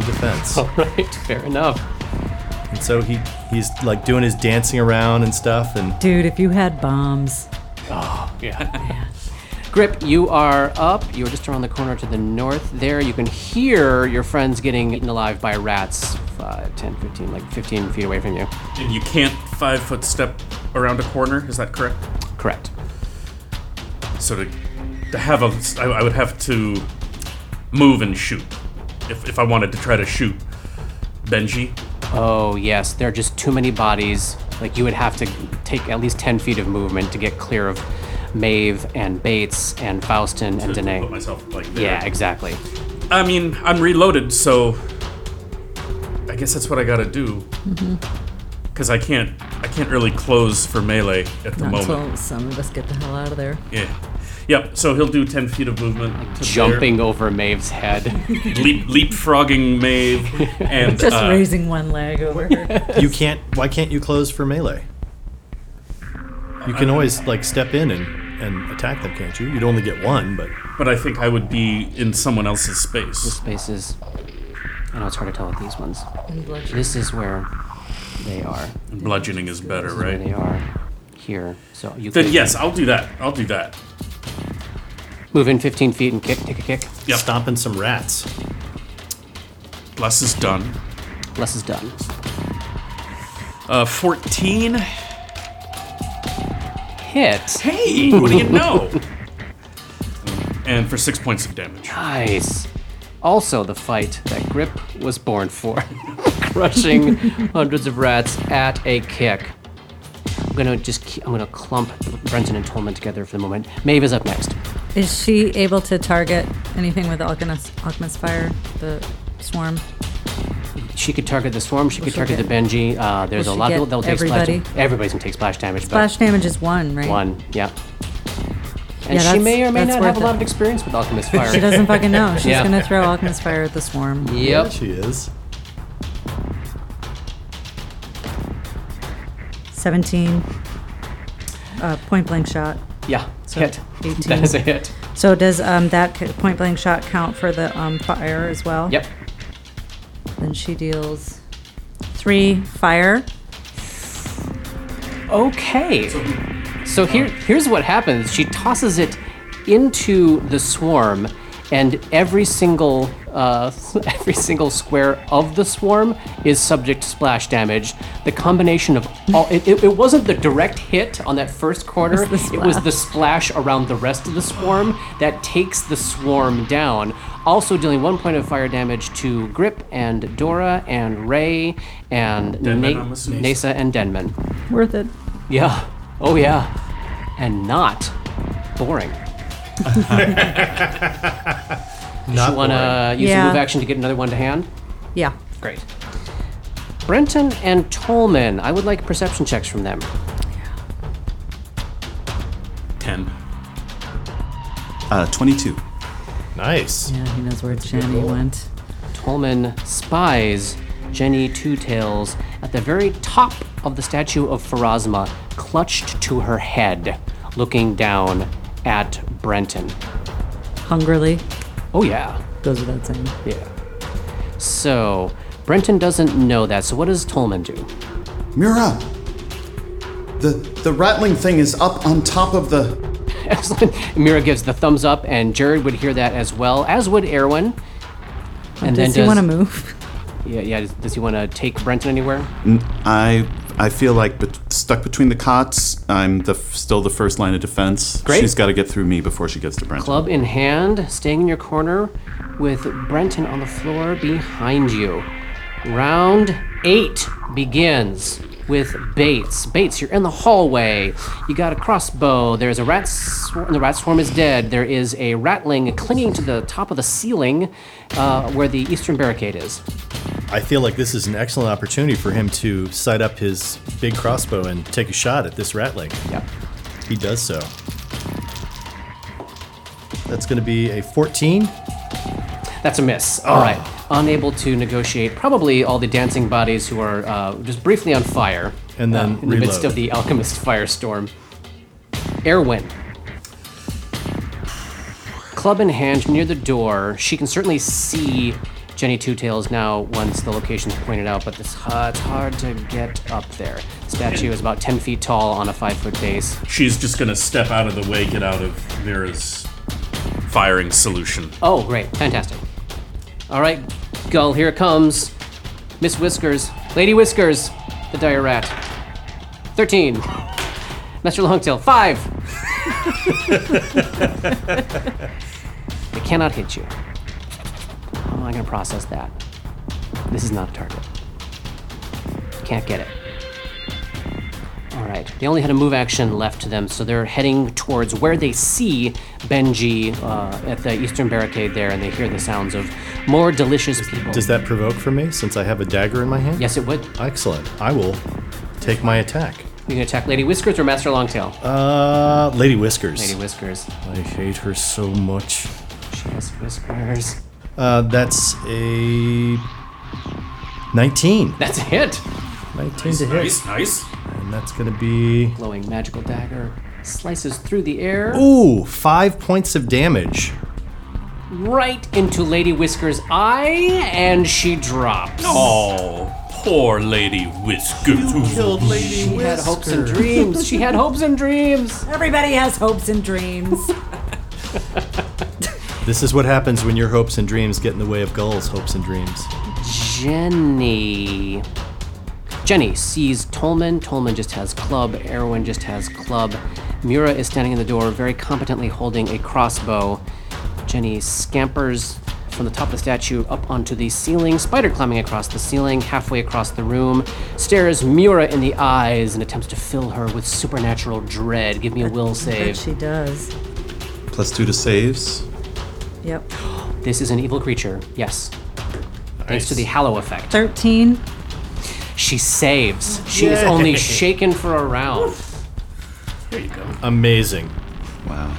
defense.
all right, fair enough.
And so he he's like doing his dancing around and stuff, and
Dude, if you had bombs.
Yeah. Grip, you are up. You're just around the corner to the north there. You can hear your friends getting eaten alive by rats uh, 10, 15, like 15 feet away from you.
And you can't five foot step around a corner. Is that correct?
Correct.
So to, to have a, I, I would have to move and shoot. If, if I wanted to try to shoot Benji,
Oh, yes. There are just too many bodies. Like, you would have to take at least 10 feet of movement to get clear of Maeve and Bates and Faustin and
to put
Danae.
myself like there.
Yeah, exactly.
I mean, I'm reloaded, so I guess that's what I gotta do. Because I can't, I can't really close for melee at the
Not
moment.
until some of us get the hell out of there.
Yeah. Yep. So he'll do ten feet of movement, to
Jumping over Maeve's head.
there, leap, leapfrogging Maeve, and
Just
uh,
raising one leg over her.
you can't. Why can't you close for melee? You
Uh,
can always like step in and and attack them, can't you? You'd only get one, but
But I think I would be in someone else's space.
Spaces. I know it's hard to tell with these ones.
And bludgeon.
This is where they are.
Bludgeoning is better,
Where they
right?
are here. So you
Then
could
yes, I'll do that. I'll do that.
move in 15 feet and kick, take a kick.
Yep.
stomping some rats.
Less is done.
Less is done.
Uh, fourteen.
Hit.
Hey, what do you know? and for six points of damage.
Nice. Also, the fight that Grip was born for, crushing hundreds of rats at a kick. I'm gonna just keep, I'm gonna clump Brenton and Tolman together for the moment. Maeve is up next.
Is she able to target anything with Alchemist, Alchemist Fire? The swarm?
She could target the swarm. She could
she
target
get-
the Benji. Uh, there's a
will she
lot of
get
people that will take
everybody?
splash. Everybody's gonna take splash damage.
Flash damage is one, right?
But one, yeah.
Yeah,
And she
that's-
may or may
that's
not have a
worth
lot
it.
of experience with alchemist fire.
She doesn't fucking know. She's
Yeah.
gonna throw Alchemist Fire at the swarm.
Yep.
She is.
17. Uh, point blank shot.
Yeah. hit.
18.
That is a hit.
So does um, that c- point blank shot count for the um, fire as well?
Yep.
Then she deals three fire.
Okay. So here, here's what happens. She tosses it into the swarm, and every single, uh, every single square of the swarm is subject to splash damage. The combination of all, it, it, it wasn't the direct hit on that first corner. It was, the splash around the rest of the swarm that takes the swarm down. Also dealing one point of fire damage to Grip and Dora and Ray and
Denman,
Na-
I'm assuming.
Nasa and Denman.
Worth it.
Yeah. Oh, yeah. And not boring.
Not
you want to use
Yeah.
a move action to get another one to hand?
Yeah.
Great. Brenton and Tolman, I would like perception checks from them.
Ten.
Uh, 22.
boring. nice.
Yeah, he knows where Jenny went.
Tolman spies Jenny Two Tails at the very top of the statue of Farazma, clutched to her head, looking down at Brenton.
Hungrily.
Oh, yeah.
Goes without saying.
Yeah. So, Brenton doesn't know that, so what does Tolman do?
Mira! The, the rattling thing is up on top of the.
Excellent. Mira gives the thumbs up, and Jared would hear that as well, as would Erwin. And
does he want to move?
Yeah, yeah. Does, does he want to take Brenton anywhere?
I I feel like bet- stuck between the cots. I'm the f- still the first line of defense.
Great.
She's got to get through me before she gets to Brent.
Club in hand, staying in your corner, with Brenton on the floor behind you. Round eight begins with Bates. Bates, you're in the hallway. You got a crossbow. There's a rat. Swarm. The rat swarm is dead. There is a rattling clinging to the top of the ceiling, uh, where the eastern barricade is.
I feel like this is an excellent opportunity for him to sight up his big crossbow and take a shot at this ratling.
Yep.
He does so. That's going to be a 14.
That's a miss.
Ah.
All right. Unable to negotiate probably all the dancing bodies who are uh, just briefly on fire.
And then
uh, in the midst
reload.
of the alchemist firestorm. Erwin. Club in hand near the door, she can certainly see Jenny Two Tails now once the location's pointed out, but it's, uh, it's hard to get up there. Statue is about 10 feet tall on a 5 foot base.
She's just gonna step out of the way, get out of Mira's firing solution.
Oh, great. Fantastic. All right, Gull, here it comes. Miss Whiskers, Lady Whiskers, the dire rat. 13. Master Longtail, 5. they cannot hit you. How am I going to process that? This is not a target. Can't get it. All right. They only had a move action left to them, so they're heading towards where they see Benji uh, at the eastern barricade there, and they hear the sounds of more delicious people.
Does that provoke from me since I have a dagger in my hand?
yes, it would.
Excellent. I will take my attack.
You can attack Lady Whiskers or Master Longtail.
Uh, Lady Whiskers.
Lady Whiskers.
I hate her so much.
She has whiskers.
Uh, that's a 19.
That's a hit.
19 to hit.
Nice, nice.
And that's going to be.
Glowing magical dagger slices through the air
Ooh, five points of damage.
right into Lady Whiskers' eye, and she drops.
Oh, poor Lady Whiskers.
Lady
She had hopes and dreams. She had hopes and dreams.
Everybody has hopes and dreams.
This is what happens when your hopes and dreams get in the way of Gull's hopes and dreams.
Jenny. Jenny sees Tolman. Tolman just has club. Erwin just has club. Mura is standing in the door, very competently holding a crossbow. Jenny scampers from the top of the statue up onto the ceiling, spider climbing across the ceiling, halfway across the room, stares Mura in the eyes and attempts to fill her with supernatural dread. Give me a will
But
save.
she does.
Plus two to saves.
Yep.
This is an evil creature, yes. Thanks to the hallow effect.
13.
She saves. She is only shaken for a round.
There you go.
Amazing.
Wow.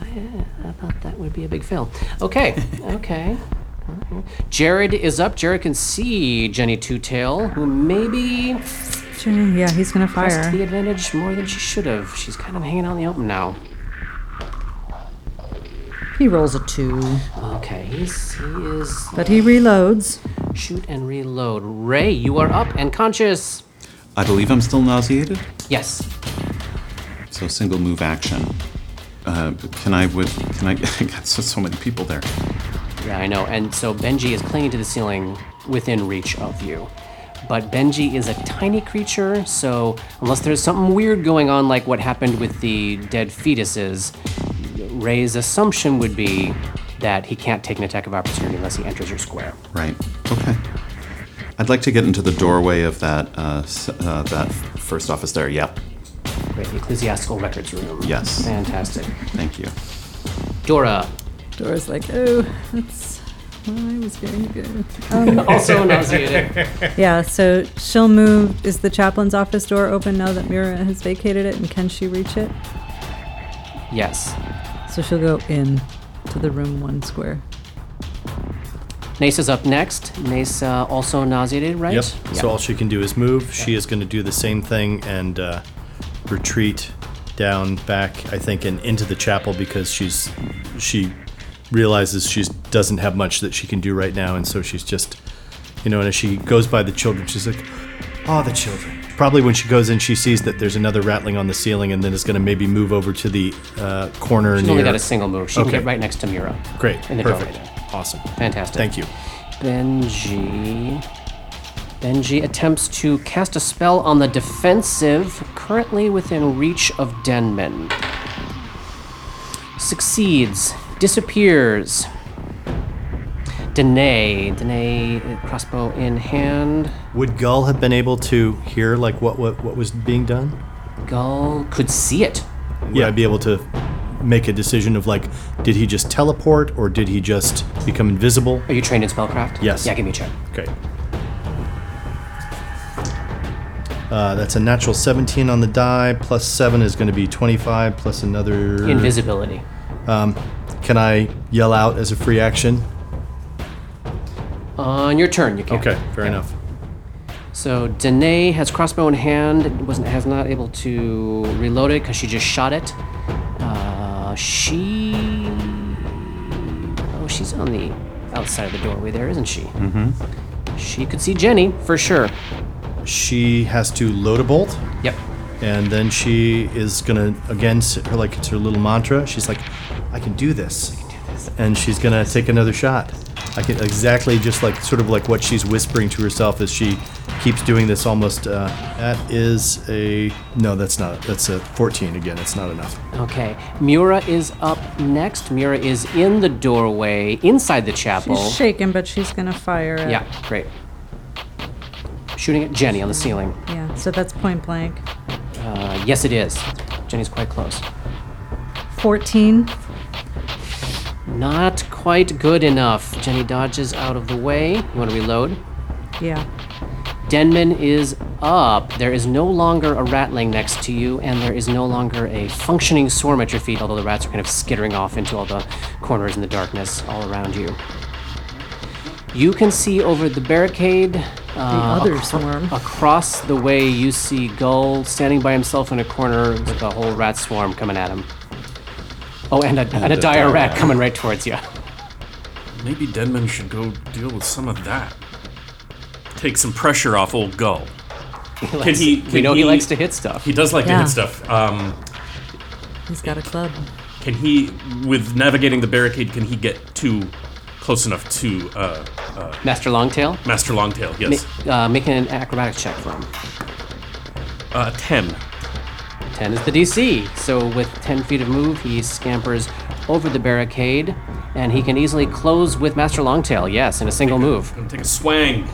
I thought that would be a big fail. Okay, okay. Jared is up. Jared can see Jenny Two Tail, who maybe
Sure, Yeah, he's going to
pressed the
fire.
advantage more than she should have. She's kind of hanging out in the open now.
He rolls a 2.
Okay, he's, he is
But he reloads.
shoot and reload. Ray, you are up and conscious.
I believe I'm still nauseated.
Yes.
So single move action. Uh, can I with can I? I got so, so many people there.
Yeah, I know. And so Benji is clinging to the ceiling within reach of you. But Benji is a tiny creature, so unless there's something weird going on like what happened with the dead fetuses, Ray's assumption would be that he can't take an attack of opportunity unless he enters your square.
Right. Okay. I'd like to get into the doorway of that uh, s- uh, that first office there. Yep.
Great, the ecclesiastical records room.
Yes.
Fantastic.
Thank you.
Dora,
Dora's like, oh, that's where I was going to go.
also nauseated.
Yeah, so she'll move. Is the chaplain's office door open now that Mira has vacated it, and can she reach it?
Yes.
So she'll go in to the room one square.
Nasa's up next. Nasa also nauseated, right?
Yep.
Yeah.
So all she can do is move. She is going to do the same thing and uh, retreat down back, I think, and into the chapel because she's she realizes she doesn't have much that she can do right now, and so she's just, you know, and as she goes by the children, she's like, "Ah, the children." Probably when she goes in, she sees that there's another rattling on the ceiling, and then is going to maybe move over to the uh, corner
She's
near.
only got a single move. She
Okay.
can get right next to Mira.
Great.
In the doorway
Perfect.
there.
Awesome.
Fantastic.
Thank you.
Benji. Benji attempts to cast a spell on the defensive, currently within reach of Denman. Succeeds. Disappears. Danae. Danae, uh, crossbow in hand.
Would Gull have been able to hear like what what, what was being done?
Gull could see it.
Would I be able to make a decision of like, did he just teleport or did he just become invisible?
Are you trained in spellcraft?
Yes.
Yeah, give me a check.
Okay. Uh, that's a natural 17 on the die. Plus seven is going to be 25. Plus another.
Invisibility.
Um, Can I yell out as a free action?
On your turn, you can.
Okay, fair enough.
So Danae has crossbow in hand. and wasn't has not able to reload it because she just shot it. Uh, she oh she's on the outside of the doorway there, isn't she? Mm-hmm. She could see Jenny for sure.
She has to load a bolt,
Yep.
and then she is gonna again s- her like it's her little mantra. She's like, "I can do this," and she's gonna take another shot. I can exactly just like sort of like what she's whispering to herself as she keeps doing this. Almost uh, that is a no. That's not. That's a 14 again. It's not enough.
Okay. Mura is up next. Mura is in the doorway inside the chapel.
She's shaking, but she's gonna fire. At,
yeah, great. Shooting at Jenny on the ceiling.
Yeah. So that's point blank.
Uh, yes, it is. Jenny's quite close.
Fourteen.
Not quite good enough. Jenny dodges out of the way. You want to reload?
Yeah.
Denman is up. There is no longer a ratling next to you, and there is no longer a functioning swarm at your feet, although the rats are kind of skittering off into all the corners in the darkness all around you. You can see over the barricade. The
other swarm.
Across the way, you see Gull standing by himself in a corner with a whole rat swarm coming at him. Oh, and a, and a dire rat coming right towards you.
Maybe Denman should go deal with some of that. Take some pressure off old Gull.
He
Can
likes-
he?
we
can
know he, likes to hit stuff.
He does like to
Yeah.
hit stuff. Um,
He's got a club.
can he, with navigating the barricade, can he get too close enough to uh, uh,
Master Longtail,
Master Longtail? Yes,
uh, making an acrobatics check for him.
uh, ten.
10 is the DC. So with 10 feet of move, he scampers over the barricade, and he can easily close with Master Longtail, yes, in a single move.
Gonna take a swang.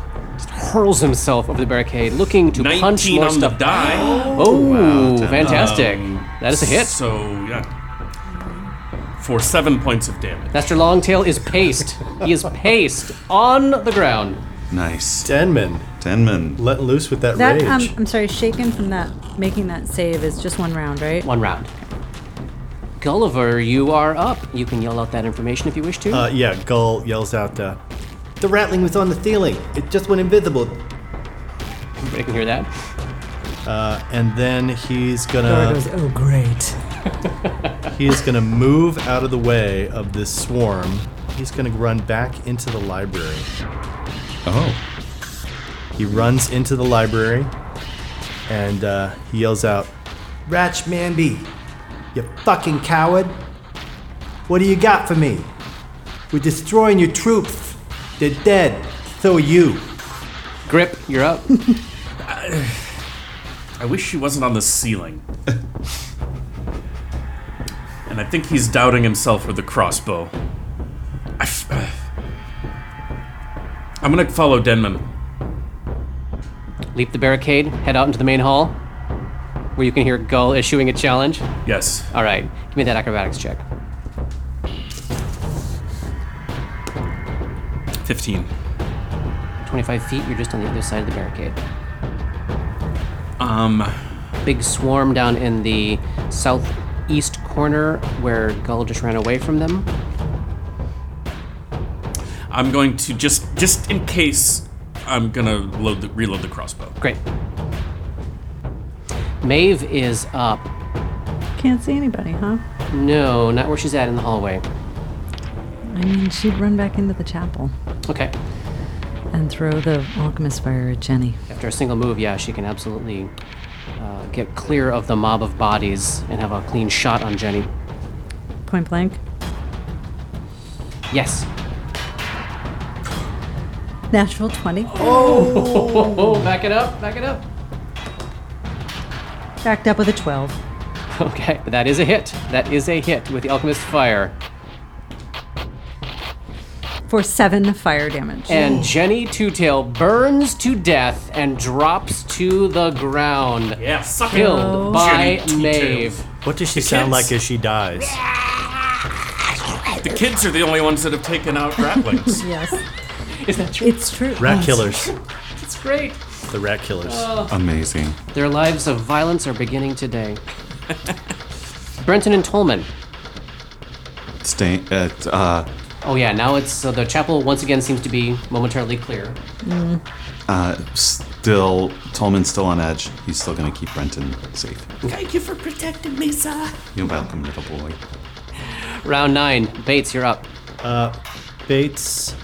Hurls himself over the barricade, looking to punch
Nineteen
more
on the
stuff.
die.
Oh,
Wow,
fantastic. that is a hit.
So yeah, for seven points of damage.
Master Longtail is paced. he is paced on the ground.
Nice.
Denman,
Denman.
let loose with that,
That
rage.
um, I'm sorry. Shaken from that making that save is just one round, right?
One round. Gulliver, you are up. You can yell out that information if you wish to.
Uh, yeah, Gull yells out, uh, "The rattling was on the ceiling. It just went invisible."
Everybody can hear that.
Uh, and then he's
Dora
gonna
goes, oh, great.
he's gonna move out of the way of this swarm. He's gonna run back into the library.
Oh.
He runs into the library, and uh, he yells out, "Ratch Manby, you fucking coward! What do you got for me? We're destroying your troops. They're dead. So are you."
Grip, you're up.
I wish she wasn't on the ceiling. and I think he's doubting himself with the crossbow. I f- uh, I'm gonna follow Denman.
Leap the barricade, head out into the main hall, where you can hear Gull issuing a challenge.
Yes.
All right, give me that acrobatics check.
15.
25 feet, you're just on the other side of the barricade.
Um,
Big swarm down in the southeast corner where Gull just ran away from them.
I'm going to just just in case I'm gonna load the reload the crossbow.
Great. Maeve is up.
Can't see anybody, huh?
No, not where she's at in the hallway.
I mean, she'd run back into the chapel
Okay.
And throw the alchemist fire at Jenny.
After a single move, yeah, she can absolutely uh, get clear of the mob of bodies and have a clean shot on Jenny.
point blank.
Yes.
Natural twenty.
Oh, back it up, back it up.
Backed up with a twelve.
Okay, that is a hit. That is a hit with the Alchemist's Fire.
for seven fire damage.
And Jenny Two Tail burns to death and drops to the ground.
Yeah, suck it.
Killed by
Jenny Two
Maeve.
Tails.
What does she
sound like
as she dies?
The kids are the only ones that have taken out ratlings.
yes,
Is that true?
it's true. Oh,
Rat killers.
It's great.
The rat killers.
Oh. Amazing.
Their lives of violence are beginning today. Brenton and Tolman.
stain at uh,
Oh yeah, now it's so the chapel once again seems to be momentarily clear.
uh, still Tolman's still on edge. He's still gonna keep Brenton safe.
Thank you for protecting me, sir.
You're welcome, little boy.
Round nine, Bates, you're up.
Bates.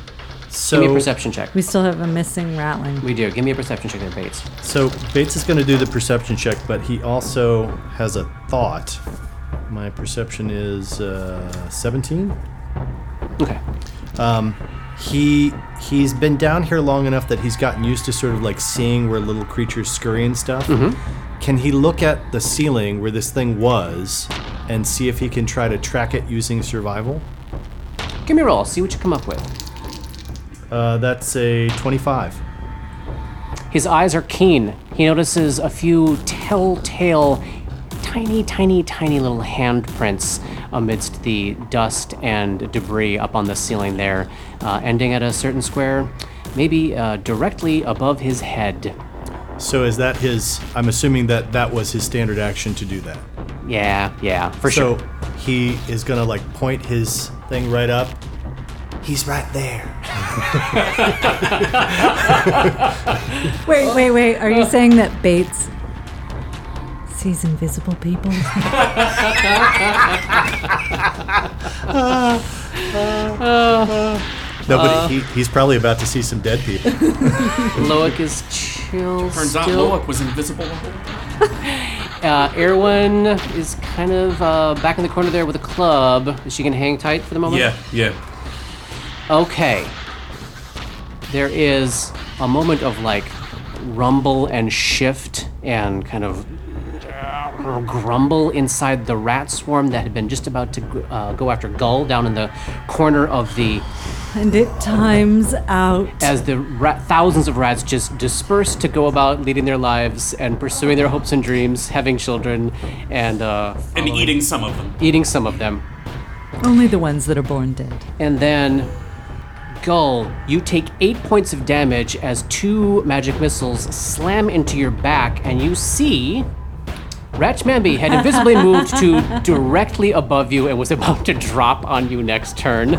So
Give me a perception check.
We still have a missing rattling.
We do. Give me a perception check there, Bates.
So Bates is going to do the perception check, but he also has a thought. My perception is uh, 17.
Okay.
He he's been down here long enough that he's gotten used to sort of like seeing where little creatures scurry and stuff. Can he look at the ceiling where this thing was and see if he can try to track it using survival?
Give me a roll. See what you come up with.
Uh, that's a 25.
His eyes are keen. He notices a few telltale, tiny, tiny, tiny little handprints amidst the dust and debris up on the ceiling there, uh, ending at a certain square, maybe uh, directly above his head.
So is that his? I'm assuming that that was his standard action to do that.
Yeah, yeah, for
So
sure.
he is gonna like point his thing right up. He's right there.
Wait, wait, wait.
Are
Oh.
you saying that Bates sees invisible people?
No, but
Uh.
he, he's probably about to see some dead people.
Loic is chill.
Turns out
still.
Loak was invisible. the whole time.
Uh, Erwin is kind of uh, back in the corner there with a club. Is she going to hang tight for the moment?
Yeah, yeah.
Okay. There is a moment of like rumble and shift and kind of grumble inside the rat swarm that had been just about to uh, go after Gull down in the corner of the
and it times out.
as the ra- thousands of rats just disperse to go about leading their lives and pursuing their hopes and dreams, having children, and uh,
And eating some of them.
eating some of them.
Only the ones that are born dead.
And then, Gull, you take eight points of damage as two magic missiles slam into your back, and you see. Ratchmanby had invisibly moved to directly above you and was about to drop on you next turn.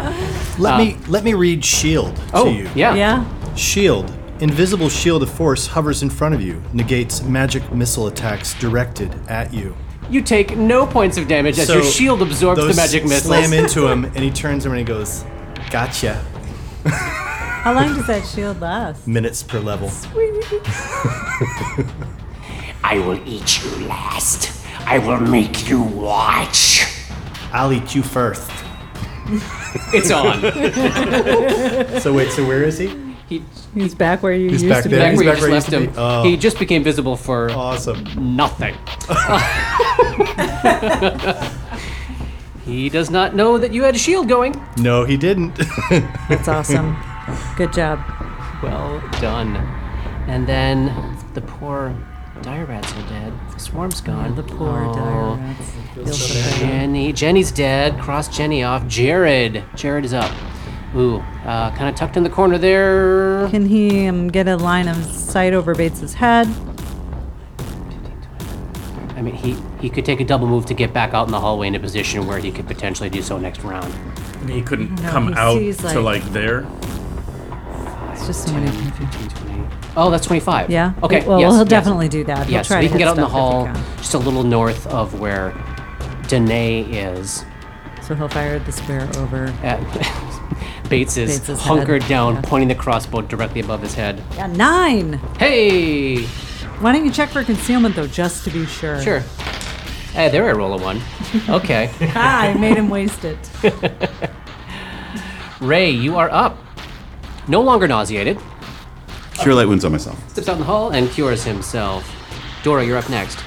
Let me let me read shield
Oh,
E to you.
yeah.
Yeah.
Shield. E Invisible shield of force hovers in front of you, negates magic missile attacks directed at you.
You take no points of damage as your
So
shield absorbs the
those
magic missiles.
Slam into him, and he turns around and he goes, "Gotcha."
How long does that shield last?
Minutes per level.
I will eat you last. I will make you watch.
I'll eat you first.
It's on.
So wait, so where is he?
he,
He's back where you
He's
used
back
to
there.
back
He's
where you
back
just
where he
left
used to
him.
be. Oh.
He just became visible for
Awesome.
nothing. he does not know that you had a shield going.
No, he didn't.
be. That's awesome. Good job.
Well done. And then the poor dire rats are dead. Oh, The swarm's gone. Oh.
The poor dire rats. Feel so bad.
Jenny. Jenny's dead. Cross Jenny off. Jared. Jared is up. Ooh, uh, kind of tucked in the corner there.
Can he um, get a line of sight over Bates's head?
I mean, he, he could take a double move to get back out in the hallway in a position where he could potentially do so next round.
And he couldn't come
he
out
sees,
to
like-
like there.
It's just so many.
15, 20. Oh, that's 25.
Yeah.
Okay.
Well,
yes,
he'll
yes.
definitely do that. He'll
Yes,
try
we
to
can
hit
get out in the
stuff
hall,
if he can.
just a little north of where uh, Danae is.
So he'll fire the square over.
At Bates is
Bates's
hunkered
head,
down,
yeah.
pointing the crossbow directly above his head.
Yeah, nine.
Hey!
Why don't you check for concealment though, just to be sure?
Sure. Hey, there I roll a one. Okay.
Ah, I made him waste it.
Ray, you are up. No longer nauseated.
Cure light wounds on myself.
Steps out in the hall and cures himself. Dora, you're up next.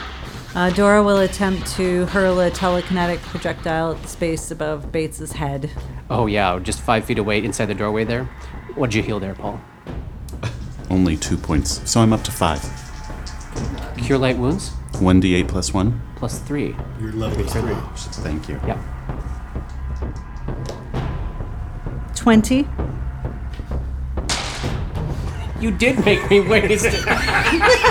Uh, Dora will attempt to hurl a telekinetic projectile at the space above Bates's head.
Oh yeah, just five feet away inside the doorway there. What'd you heal there, Paul?
Only two points, so I'm up to five.
Cure light wounds
One d8 plus one.
plus three.
Your level is three.
Thank you.
Yeah.
20.
You did make me waste it. oh,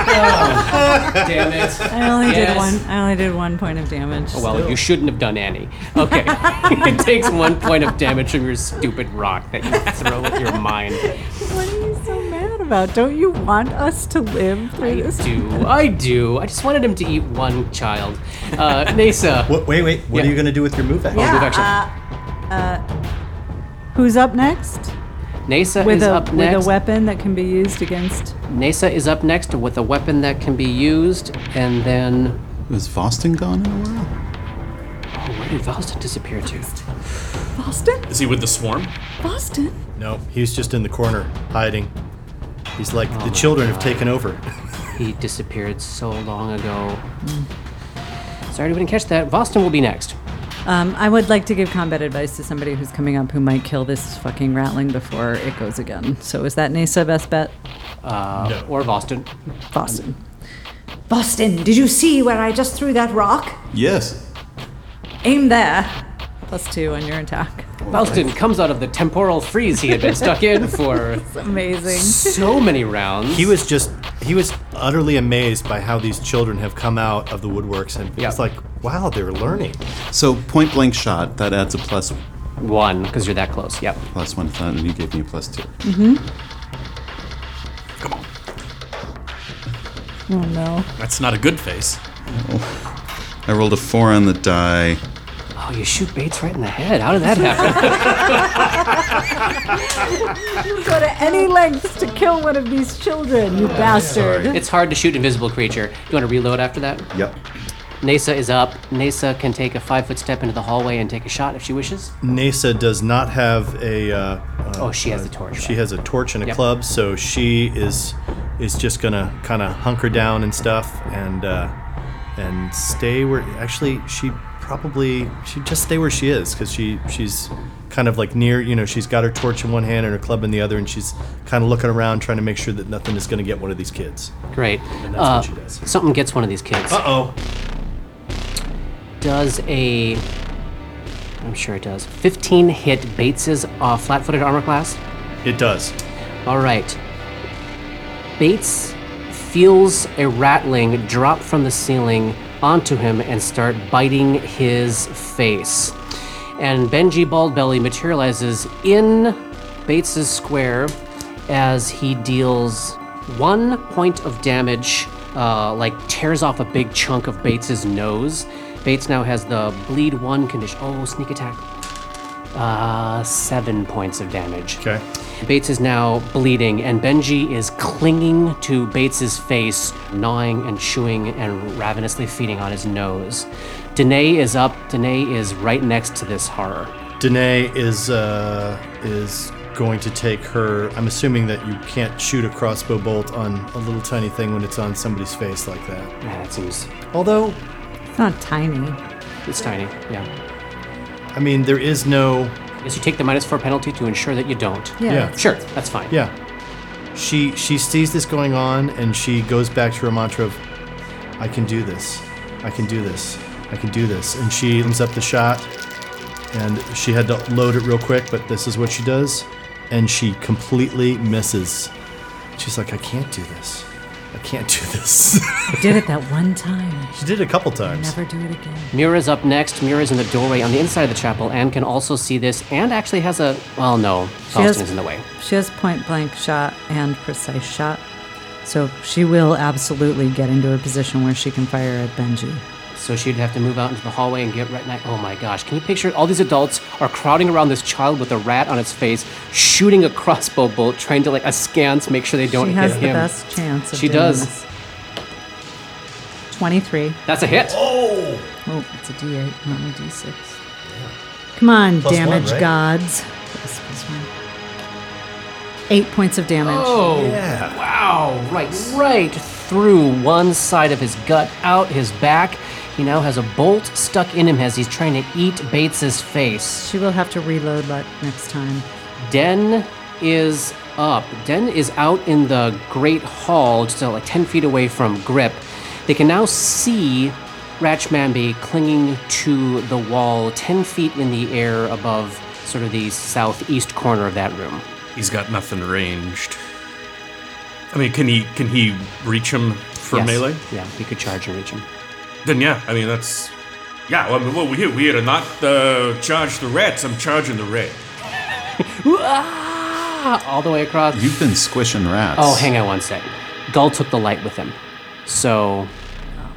damn it.
I only
Yes. Oh,
did one. I only did one point of damage.
Well, you shouldn't have done any. Okay. it takes one point of damage from your stupid rock that you throw with your mind.
What are you so mad about? Don't you want us to live
I
through this?
do. I do. I just wanted him to eat one child. Uh, Nasa.
What, wait, wait. What
Yeah.
are you going to do with your move action?
Move action.
Uh, Who's up next?
Nasa
With
is
a
up
with
next.
a weapon that can be used against.
Nasa is up next with a weapon that can be used, and then.
Is Faustin gone in a while?
Oh, where did Valston disappear to?
Boston?
Is he with the swarm?
Boston?
No, he's just in the corner, hiding. He's like,
Oh.
the children have taken over.
He disappeared so long ago. Hmm. Sorry we didn't catch that. Valston will be next.
Um, I would like to give combat advice to somebody who's coming up who might kill this fucking rattling before it goes again. So is that Nasa best bet?
Uh,
No.
Or Valston.
Boston.
Boston, did you see where I just threw that rock?
Yes.
Aim there. Plus two on your attack.
Valston comes out of the temporal freeze he had been stuck in for
Amazing.
so many rounds.
He was just, he was utterly amazed by how these children have come out of the woodworks. And
Yeah.
it's like, wow, they're learning.
So point blank shot, that adds a plus
one because you're that close. Yep.
plus one to that, and you gave me a plus two.
Oh no.
That's not a good face.
I rolled a four on the die.
Oh, you shoot Bates right in the head. How did that happen?
Go to any lengths to kill one of these children, you bastard.
it's hard to shoot invisible creature. You want to reload after that?
Yep.
Nasa is up. Nasa can take a five foot step into the hallway and take a shot if she wishes.
Nasa does not have a. Uh, uh,
Oh, she has the torch.
She has a torch and a
Yep.
club, so she is is just gonna kind of hunker down and stuff, and uh, and stay where. Actually, she probably she just stay where she is because she she's kind of like near. You know, she's got her torch in one hand and her club in the other, and she's kind of looking around trying to make sure that nothing is gonna get one of these kids.
Great.
that's
Uh,
what she does.
Something gets one of these kids.
Uh oh.
Does a. I'm sure it does. 15 hit Bates's uh, flat footed armor class.
It does.
All right. Bates feels a rattling drop from the ceiling onto him and start biting his face. And Benji Baldbelly materializes in Bates's square as he deals one point of damage, uh, like tears off a big chunk of Bates's nose. Bates now has the bleed one condition. Oh, sneak attack. Uh, seven points of damage.
Okay.
Bates is now bleeding, and Benji is clinging to Bates's face, gnawing and chewing and ravenously feeding on his nose. Danae is up. Danae is right next to this horror.
Danae is uh, is going to take her. I'm assuming that you can't shoot a crossbow bolt on a little tiny thing when it's on somebody's face like that.
Yeah, that seems
Although,
It's not tiny.
it's tiny. Yeah.
I mean, there is no.
Yes, you take the minus four penalty to ensure that you don't.
Yeah.
Sure, that's fine.
Yeah. She she sees this going on and she goes back to her mantra of, "I can do this. I can do this. I can do this." And she aims up the shot, and she had to load it real quick, but this is what she does, and she completely misses. She's like, "I can't do this. I can't do this."
I did it that one time.
she did it a couple times.
Never do it again.
Mira's up next. Mira's in the doorway on the inside of the chapel and can also see this and actually has a. Well, no.
has-
Faustin is in the way.
She has point blank shot and precise shot. So she will absolutely get into a position where she can fire at Benji.
So she'd have to move out into the hallway and get right next. Oh my gosh! Can you picture all these adults are crowding around this child with a rat on its face, shooting a crossbow bolt, trying to like askance, make sure they don't
she has
hit
the
him.
best chance of
She
doing
does.
this. 23.
That's a hit.
Oh, it's a D8, not a D6. Come on,
Plus one,
damage
right?
gods. Plus- plus one. Eight points of damage.
Oh
Yeah.
wow! Right, right through one side of his gut, out his back. He now has a bolt stuck in him as he's trying to eat Bates's face.
She will have to reload le- next time.
Den is up. Den is out in the great hall, just uh, like 10 feet away from Grip. They can now see Ratchmanby clinging to the wall 10 feet in the air above sort of the southeast corner of that room.
He's got nothing ranged. I mean, can he can he reach him for
Yes.
melee?
Yeah, you could charge and reach him.
Then yeah, I mean that's yeah. Well, I mean, well we here we here to not uh, charge the rats. I'm charging the rat.
Ah, all the way across.
You've been squishing rats.
Oh, hang on one sec. Gull took the light with him. So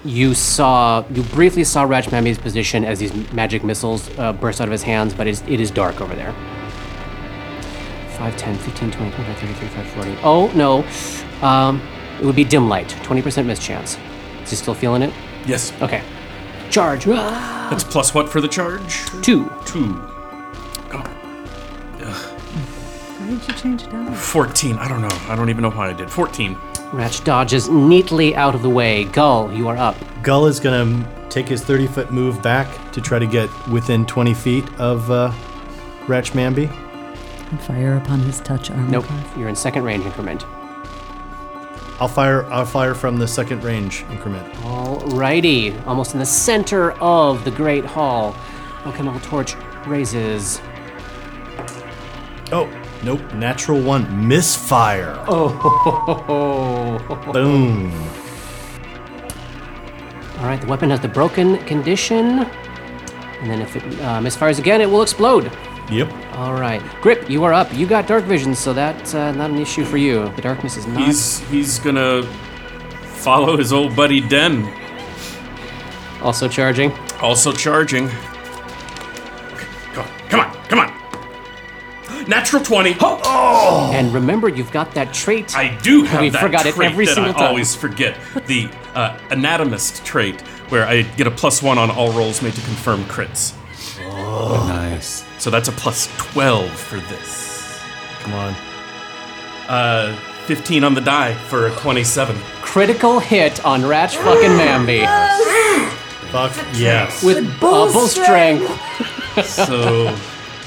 you saw, you briefly saw Ratch Mami's position as these magic missiles uh, burst out of his hands, but it is, it is dark over there. 5, 10, 15, 20, 25, 30, 35, 40. Oh, no. Um, it would be dim light, 20% mischance. Is he still feeling it?
Yes.
Okay. Charge. Ah,
That's plus what for the charge?
Two.
Two. God.
Why did you change it down?
Fourteen. I don't know. I don't even know why I did. Fourteen.
Ratch dodges neatly out of the way. Gull, you are up.
Gull is going to take his 30 foot move back to try to get within 20 feet of uh, Ratchmanby.
And fire upon his touch armor.
Nope.
class.
You're in second range increment.
I'll fire. I'll fire from the second range increment.
Alrighty, almost in the center of the Great Hall. Alchemical torch raises.
Oh, nope. Natural one. Misfire. Oh. Boom.
Alright, the weapon has the broken condition. And then if it uh, misfires again, it will explode.
Yep.
Alright. Grip, you are up. You got dark vision, so that's uh, not an issue for you. The darkness is not.
He's he's gonna follow his old buddy Den.
Also charging.
Also charging. Come on, come on, come on. Natural twenty. Oh,
And remember, you've got that trait.
I do have
We
that
forgot it
trait
every
that
single
I
time.
always forget. The uh, anatomist trait, where I get a plus one on all rolls made to confirm crits.
Oh.
Nice.
So that's a plus twelve for this.
Come on.
Uh, fifteen on the die for a twenty-seven.
Critical hit on Ratch fucking Mambi.
Fuck yes.
With bubble strength.
So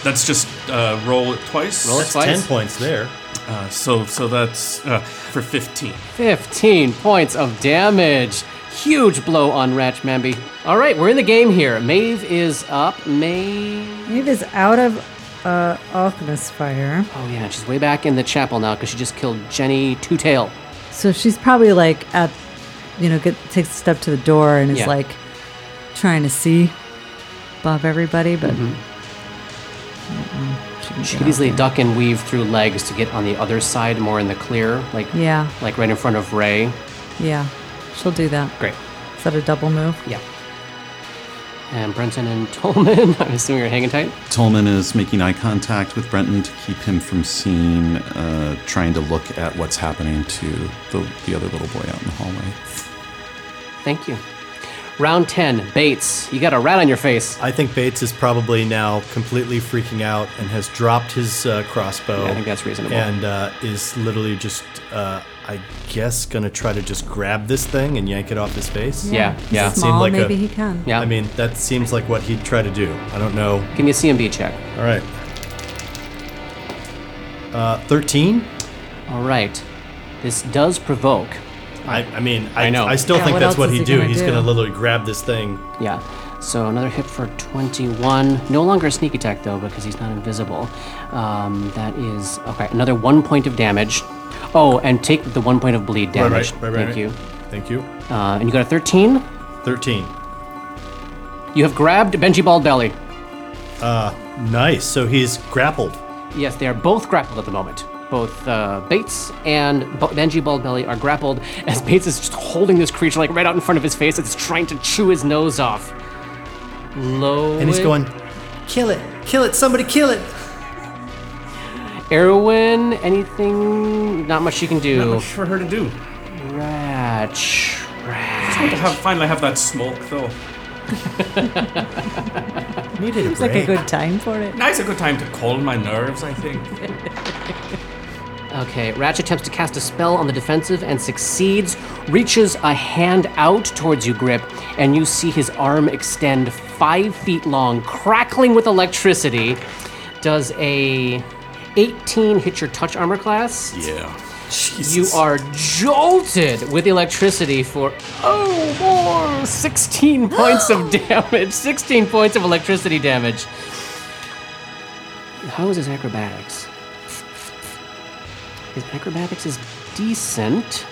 that's just uh, roll it twice.
Roll it
That's
twice.
ten points there.
Uh, so so that's uh, for fifteen.
15 points of damage. Huge blow on Ratch Mambi. All right, we're in the game here. Mave is up. Mave.
Eve is out of uh, Alchemist Fire.
Oh, yeah, she's way back in the chapel now because she just killed Jenny Two Tail.
So she's probably like at, you know, get, takes a step to the door and is
Yeah.
like trying to see above everybody, but
Mm-hmm. She could easily duck and weave through legs to get on the other side, more in the clear, like
yeah,
like right in front of Ray.
yeah, she'll do that.
Great.
Is that a double move?
Yeah. And Brenton and Tolman, I'm assuming you're hanging tight.
Tolman is making eye contact with Brenton to keep him from seeing, uh, trying to look at what's happening to the, the other little boy out in the hallway.
Thank you. Round 10, Bates. You got a rat on your face.
I think Bates is probably now completely freaking out and has dropped his uh, crossbow.
Yeah, I think that's reasonable.
And uh, is literally just, uh, I guess, gonna try to just grab this thing and yank it off his face.
Yeah, yeah.
Seemed
Small,
like a-
maybe he can.
Yeah.
I mean, that seems like what he'd try to do. I don't know.
Give me a CMB check.
All right. Uh, 13?
All right. This does provoke.
I, I mean, I,
I know.
I still
Yeah,
think
what
that's
else
what
is
he'd
he
do.
gonna
He's
do?
gonna literally grab this thing.
Yeah. So another hit for 21. No longer a sneak attack, though, because he's not invisible. Um, that is. Okay. Another one point of damage. Oh, and take the one point of bleed
Right,
damage.
right, right, right,
Thank
right.
you.
Thank you.
Uh, and you got a 13.
13.
You have grabbed Benji Baldbelly.
Nice. So he's grappled.
Yes, they are both grappled at the moment. Both uh, Bates and Bo- Benji Baldbelly are grappled as Bates is just holding this creature like right out in front of his face as it's trying to chew his nose off. Low.
And he's going, kill it, kill it, somebody kill it.
Erwin, anything? Not much you can
Not
do.
much for her to do.
Ratch. Ratch.
I have, finally have that smoke though.
Needed a
It's like a
break.
good time for it.
Now's a good time to calm my nerves. I think.
Okay, Ratch attempts to cast a spell on the defensive and succeeds, reaches a hand out towards you, Grip, and you see his arm extend five feet long, crackling with electricity. Does a 18 hit your touch armor class?
Yeah.
You are jolted with electricity for oh more 16 points of damage. 16 points of electricity damage. How is his acrobatics? His acrobatics is decent.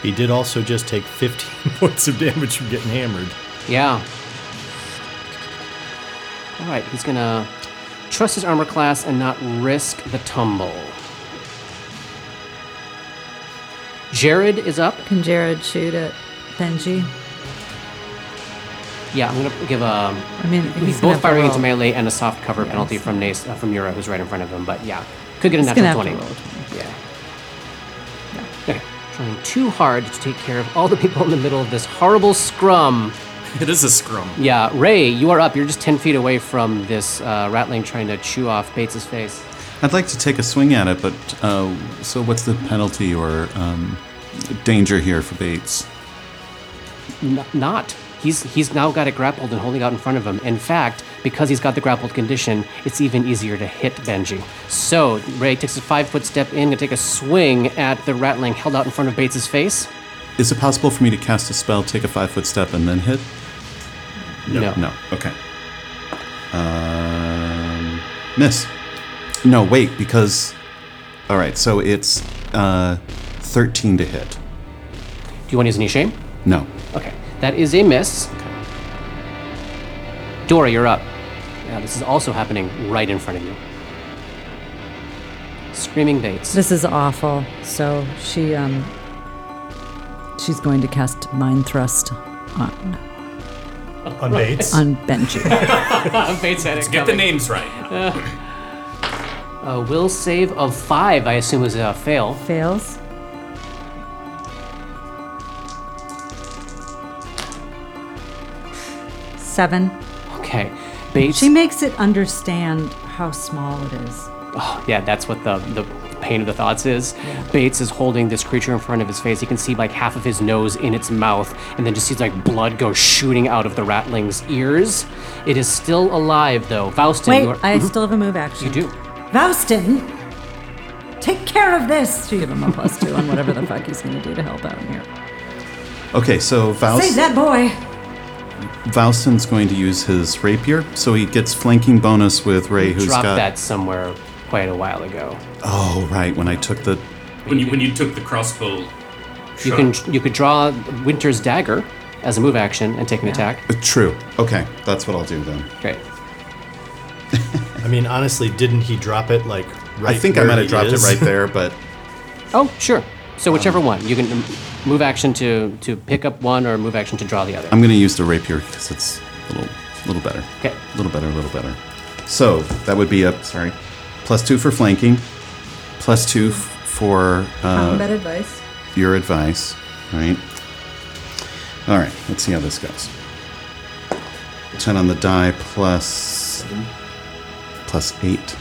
He did also just take 15 points of damage from getting hammered.
Yeah. All right, he's gonna trust his armor class and not risk the tumble. Jared is up.
Can Jared shoot at Benji?
Yeah, I'm gonna give um
I mean,
He's
he's
both
gonna have to
firing
roll.
into melee and a soft cover penalty from Nace, uh, from Yura, who's right in front of him. But yeah, could get a
He's gonna
natural twenty.
have to
Yeah. Okay, Trying too hard to take care of all the people in the middle of this horrible scrum.
It is a scrum.
Yeah, Ray, you are up. You're just ten feet away from this uh, rattling trying to chew off Bates's face.
I'd like to take a swing at it, but uh, so what's the penalty or um, danger here for Bates?
N- not. He's he's now got it grappled and holding out in front of him. In fact, because he's got the grappled condition, it's even easier to hit Benji. So Ray takes a five foot step in, gonna take a swing at the rattling held out in front of Bates's face.
Is it possible for me to cast a spell, take a five foot step, and then hit?
No.
No. Okay. Um, miss. No, wait, because. All right, so it's uh, 13 to hit.
Do you want to use any shame?
No.
Okay, that is a miss. Dora, you're up. Yeah, this is also happening right in front of you. Screaming Bates.
This is awful. So she um she's going to cast mind thrust on
On Bates.
on Benji.
Bates had it
Get the names right.
A will save of five, I assume, is a fail.
Fails. Seven.
Okay, Bates.
She makes it understand how small it is.
Yeah, that's what the the pain of the thoughts is. Bates is holding this creature in front of his face. He can see like half of his nose in its mouth, and then just sees like blood go shooting out of the rattling's ears. It is still alive though. Faustin,
Wait,
you are-
I still have a move action.
Mm-hmm. you do.
Vouston, take care of this.
Give him a plus two on whatever the fuck he's going to do to help out in here.
Okay, so
Save
Faust,
that boy.
Faustin's going to use his rapier, so he gets flanking bonus with Ray, who's
Dropped
got.
that somewhere quite a while ago.
Oh, right, when I took the.
When you when you took the crossbow,
You
shot.
can you could draw Winter's dagger as a move action and take an attack.
uh, True. Okay, that's what I'll do then.
Great.
I mean, honestly, didn't he drop it like right
I think I
where
might
he
have dropped
is?
it right there, but
Oh, sure. So whichever one you can um, move action to to pick up one or move action to draw the other.
I'm gonna use the rapier because it's a little, little better.
Okay.
A little better, a little better. So that would be a sorry, plus two for flanking, plus two f- for uh,
Combat advice.
your advice. All right. All right. Let's see how this goes. Ten on the die plus plus eight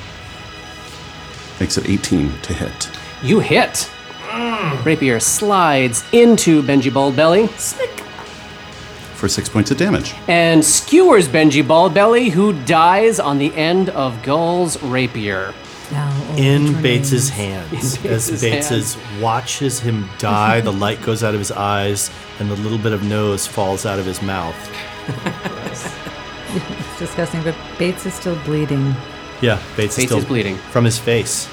makes it 18 to hit.
You hit. Rapier slides into Benji Baldbelly
For six points of damage.
and skewers Benji Baldbelly, who dies on the end of Gull's rapier.
Now, all that
In
remains-
Bates's hands. As
Bates's
Bates's watches him die, the light goes out of his eyes and the little bit of nose falls out of his mouth.
It's disgusting, but Bates is still bleeding.
Yeah, Bates,
Bates
is still
is bleeding.
From his face.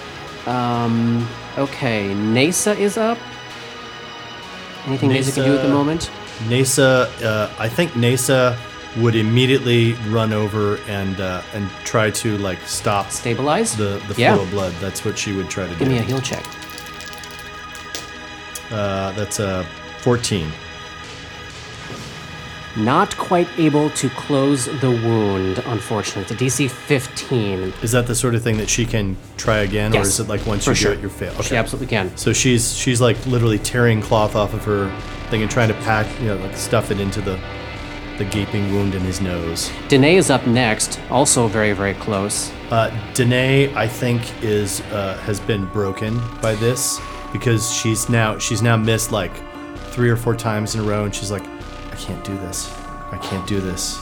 Um, Okay, Nasa is up. Anything Nasa can do at the
Nasa-
moment?
NASA, uh, I think NASA would immediately run over and uh, and try to like stop
Stabilize?
the the
yeah.
flow of blood. That's what she would try to
Give
do.
me a heal check.
Uh, that's a 14.
Not quite able to close the wound, unfortunately. It's a DC 15.
Is that the sort of thing that she can try again,
Yes,
or is it like once
for
you
sure.
do it, you fail?
She absolutely can.
So she's she's like literally tearing cloth off of her thing and trying to pack, you know, like stuff it into the the gaping wound in his nose.
Danae is up next, also very, very close.
Uh, Danae, I think, is uh, has been broken by this because she's now she's now missed like three or four times in a row, and she's like, I can't do this, I can't do this,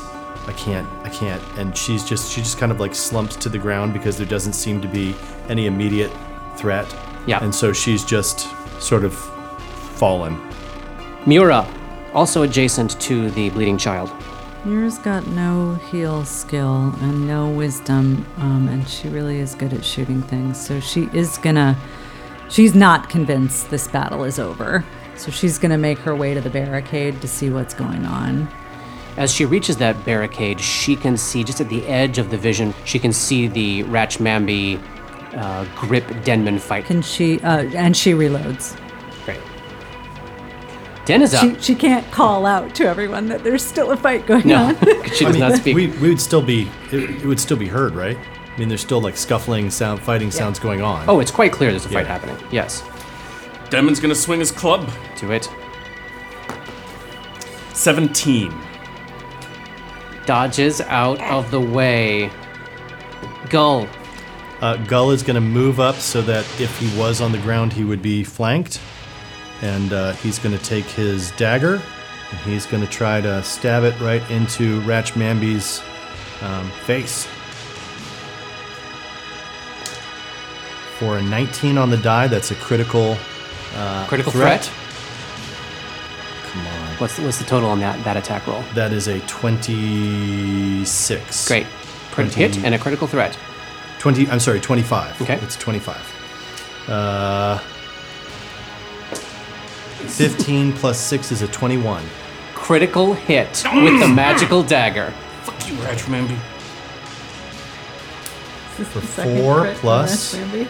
I can't, I can't, and she's just she just kind of like slumps to the ground because there doesn't seem to be any immediate threat.
Yeah.
and so she's just sort of fallen.
Mura, also adjacent to the bleeding child.
Mira's got no heal skill and no wisdom, um, and she really is good at shooting things. So she is gonna She's not convinced this battle is over, so she's going to make her way to the barricade to see what's going on.
As she reaches that barricade, she can see just at the edge of the vision, she can see the Ratchmambi uh, grip Denman fight.
Can she? Uh, and she reloads.
Great. Den is up.
She, she can't call out to everyone that there's still a fight going
no,
on.
'cause she does
I mean,
not speak.
We, we would still be, it, it would still be heard, right? I mean, there's still like scuffling sound, fighting sounds going on.
oh, it's quite clear there's a fight
Yeah.
happening. Yes.
Demon's gonna swing his club.
Do it.
17.
Dodges out of the way. Gull.
Uh, Gull is going to move up so that if he was on the ground, he would be flanked. And uh, he's going to take his dagger and he's going to try to stab it right into Ratchmambi's um, face. For a 19 on the die, that's a critical.
Critical
threat.
threat.
Come on.
What's, what's the total on that, that attack roll?
That is a 26.
Great. Crit hit
20.
and a critical threat.
20, I'm sorry, 25.
Okay.
It's 25. Uh, 15 plus 6 is a 21.
Critical hit with the magical dagger.
Fuck you, Ratchmambi.
For
four plus-
You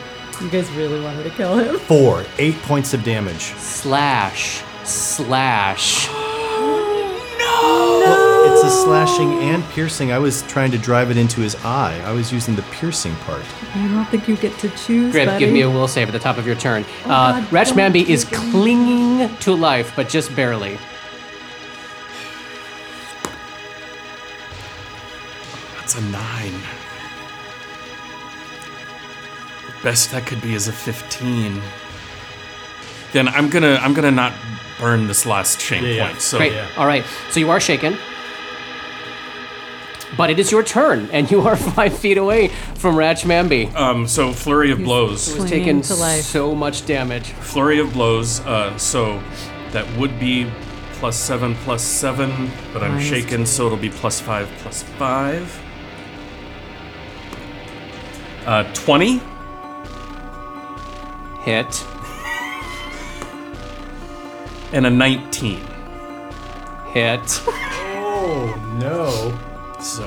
guys really want her to kill him?
4. 8 points of damage.
Slash. Slash.
Well, it's a slashing and piercing. I was trying to drive it into his eye. I was using the piercing part.
I don't think you get to choose.
Grib, give
buddy.
me a will save at the top of your turn. uh,
Oh God,
Ratchmambi
don't
is
take it.
clinging to life, but just barely.
That's a nine. The best that could be is a fifteen.
Then I'm gonna I'm gonna not burn this last shame
Yeah, yeah.
point. So
Great. All right. So you are shaken. But it is your turn, and you are five feet away from Ratchmambi.
um so flurry of blows.
Who's taken
clinging to life.
so much damage.
Flurry of blows, uh so that would be plus seven plus seven, but I'm shaken, so it'll be plus five plus five. Uh twenty.
Hit.
and a 19.
Hit.
No.
So,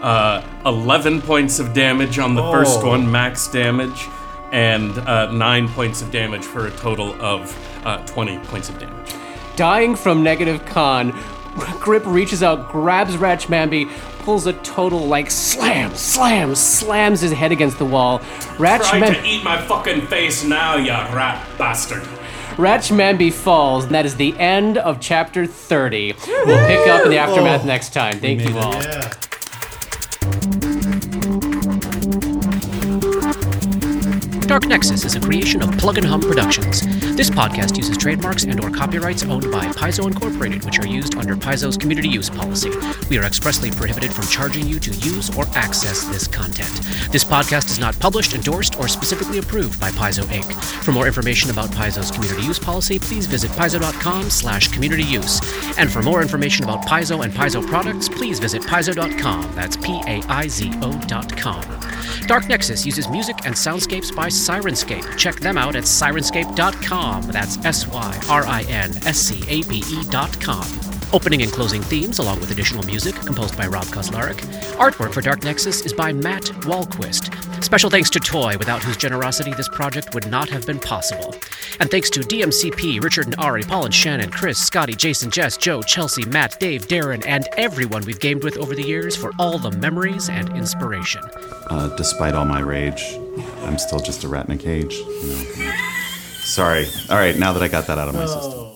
uh, 11 points of damage on the first
Oh.
one, max damage, and uh, 9 points of damage for a total of uh, 20 points of damage.
Dying from negative con, Grip reaches out, grabs Ratchmambi, pulls a total like slam, slam, slams his head against the wall.
Try
Ratchmambi.
to eat my fucking face now, you rat bastard.
Ratchmanby Falls, and that is the end of chapter 30. We'll pick up in the aftermath
Oh.
next time. Thank you all.
Yeah.
Dark Nexus is a creation of Plug and Hum Productions. This podcast uses trademarks and or copyrights owned by Paizo Incorporated, which are used under Paizo's community use policy. We are expressly prohibited from charging you to use or access this content. This podcast is not published, endorsed, or specifically approved by Paizo Inc. For more information about Paizo's community use policy, please visit paizo.com slash community use. And for more information about Paizo and Paizo products, please visit paizo.com. That's P-A-I-Z-O dot com. Dark Nexus uses music and soundscapes by Sirenscape. Check them out at sirenscape.com. That's S Y R I N S C A P E.com. Opening and closing themes, along with additional music, composed by Rob Koslarik. Artwork for Dark Nexus is by Matt Walquist. Special thanks to Toy, without whose generosity this project would not have been possible. And thanks to DMCP, Richard and Ari, Paul and Shannon, Chris, Scotty, Jason, Jess, Joe, Chelsea, Matt, Dave, Darren, and everyone we've gamed with over the years for all the memories and inspiration.
Uh, despite all my rage, I'm still just a rat in a cage. you know. Sorry. All right, now that I got that out of my system.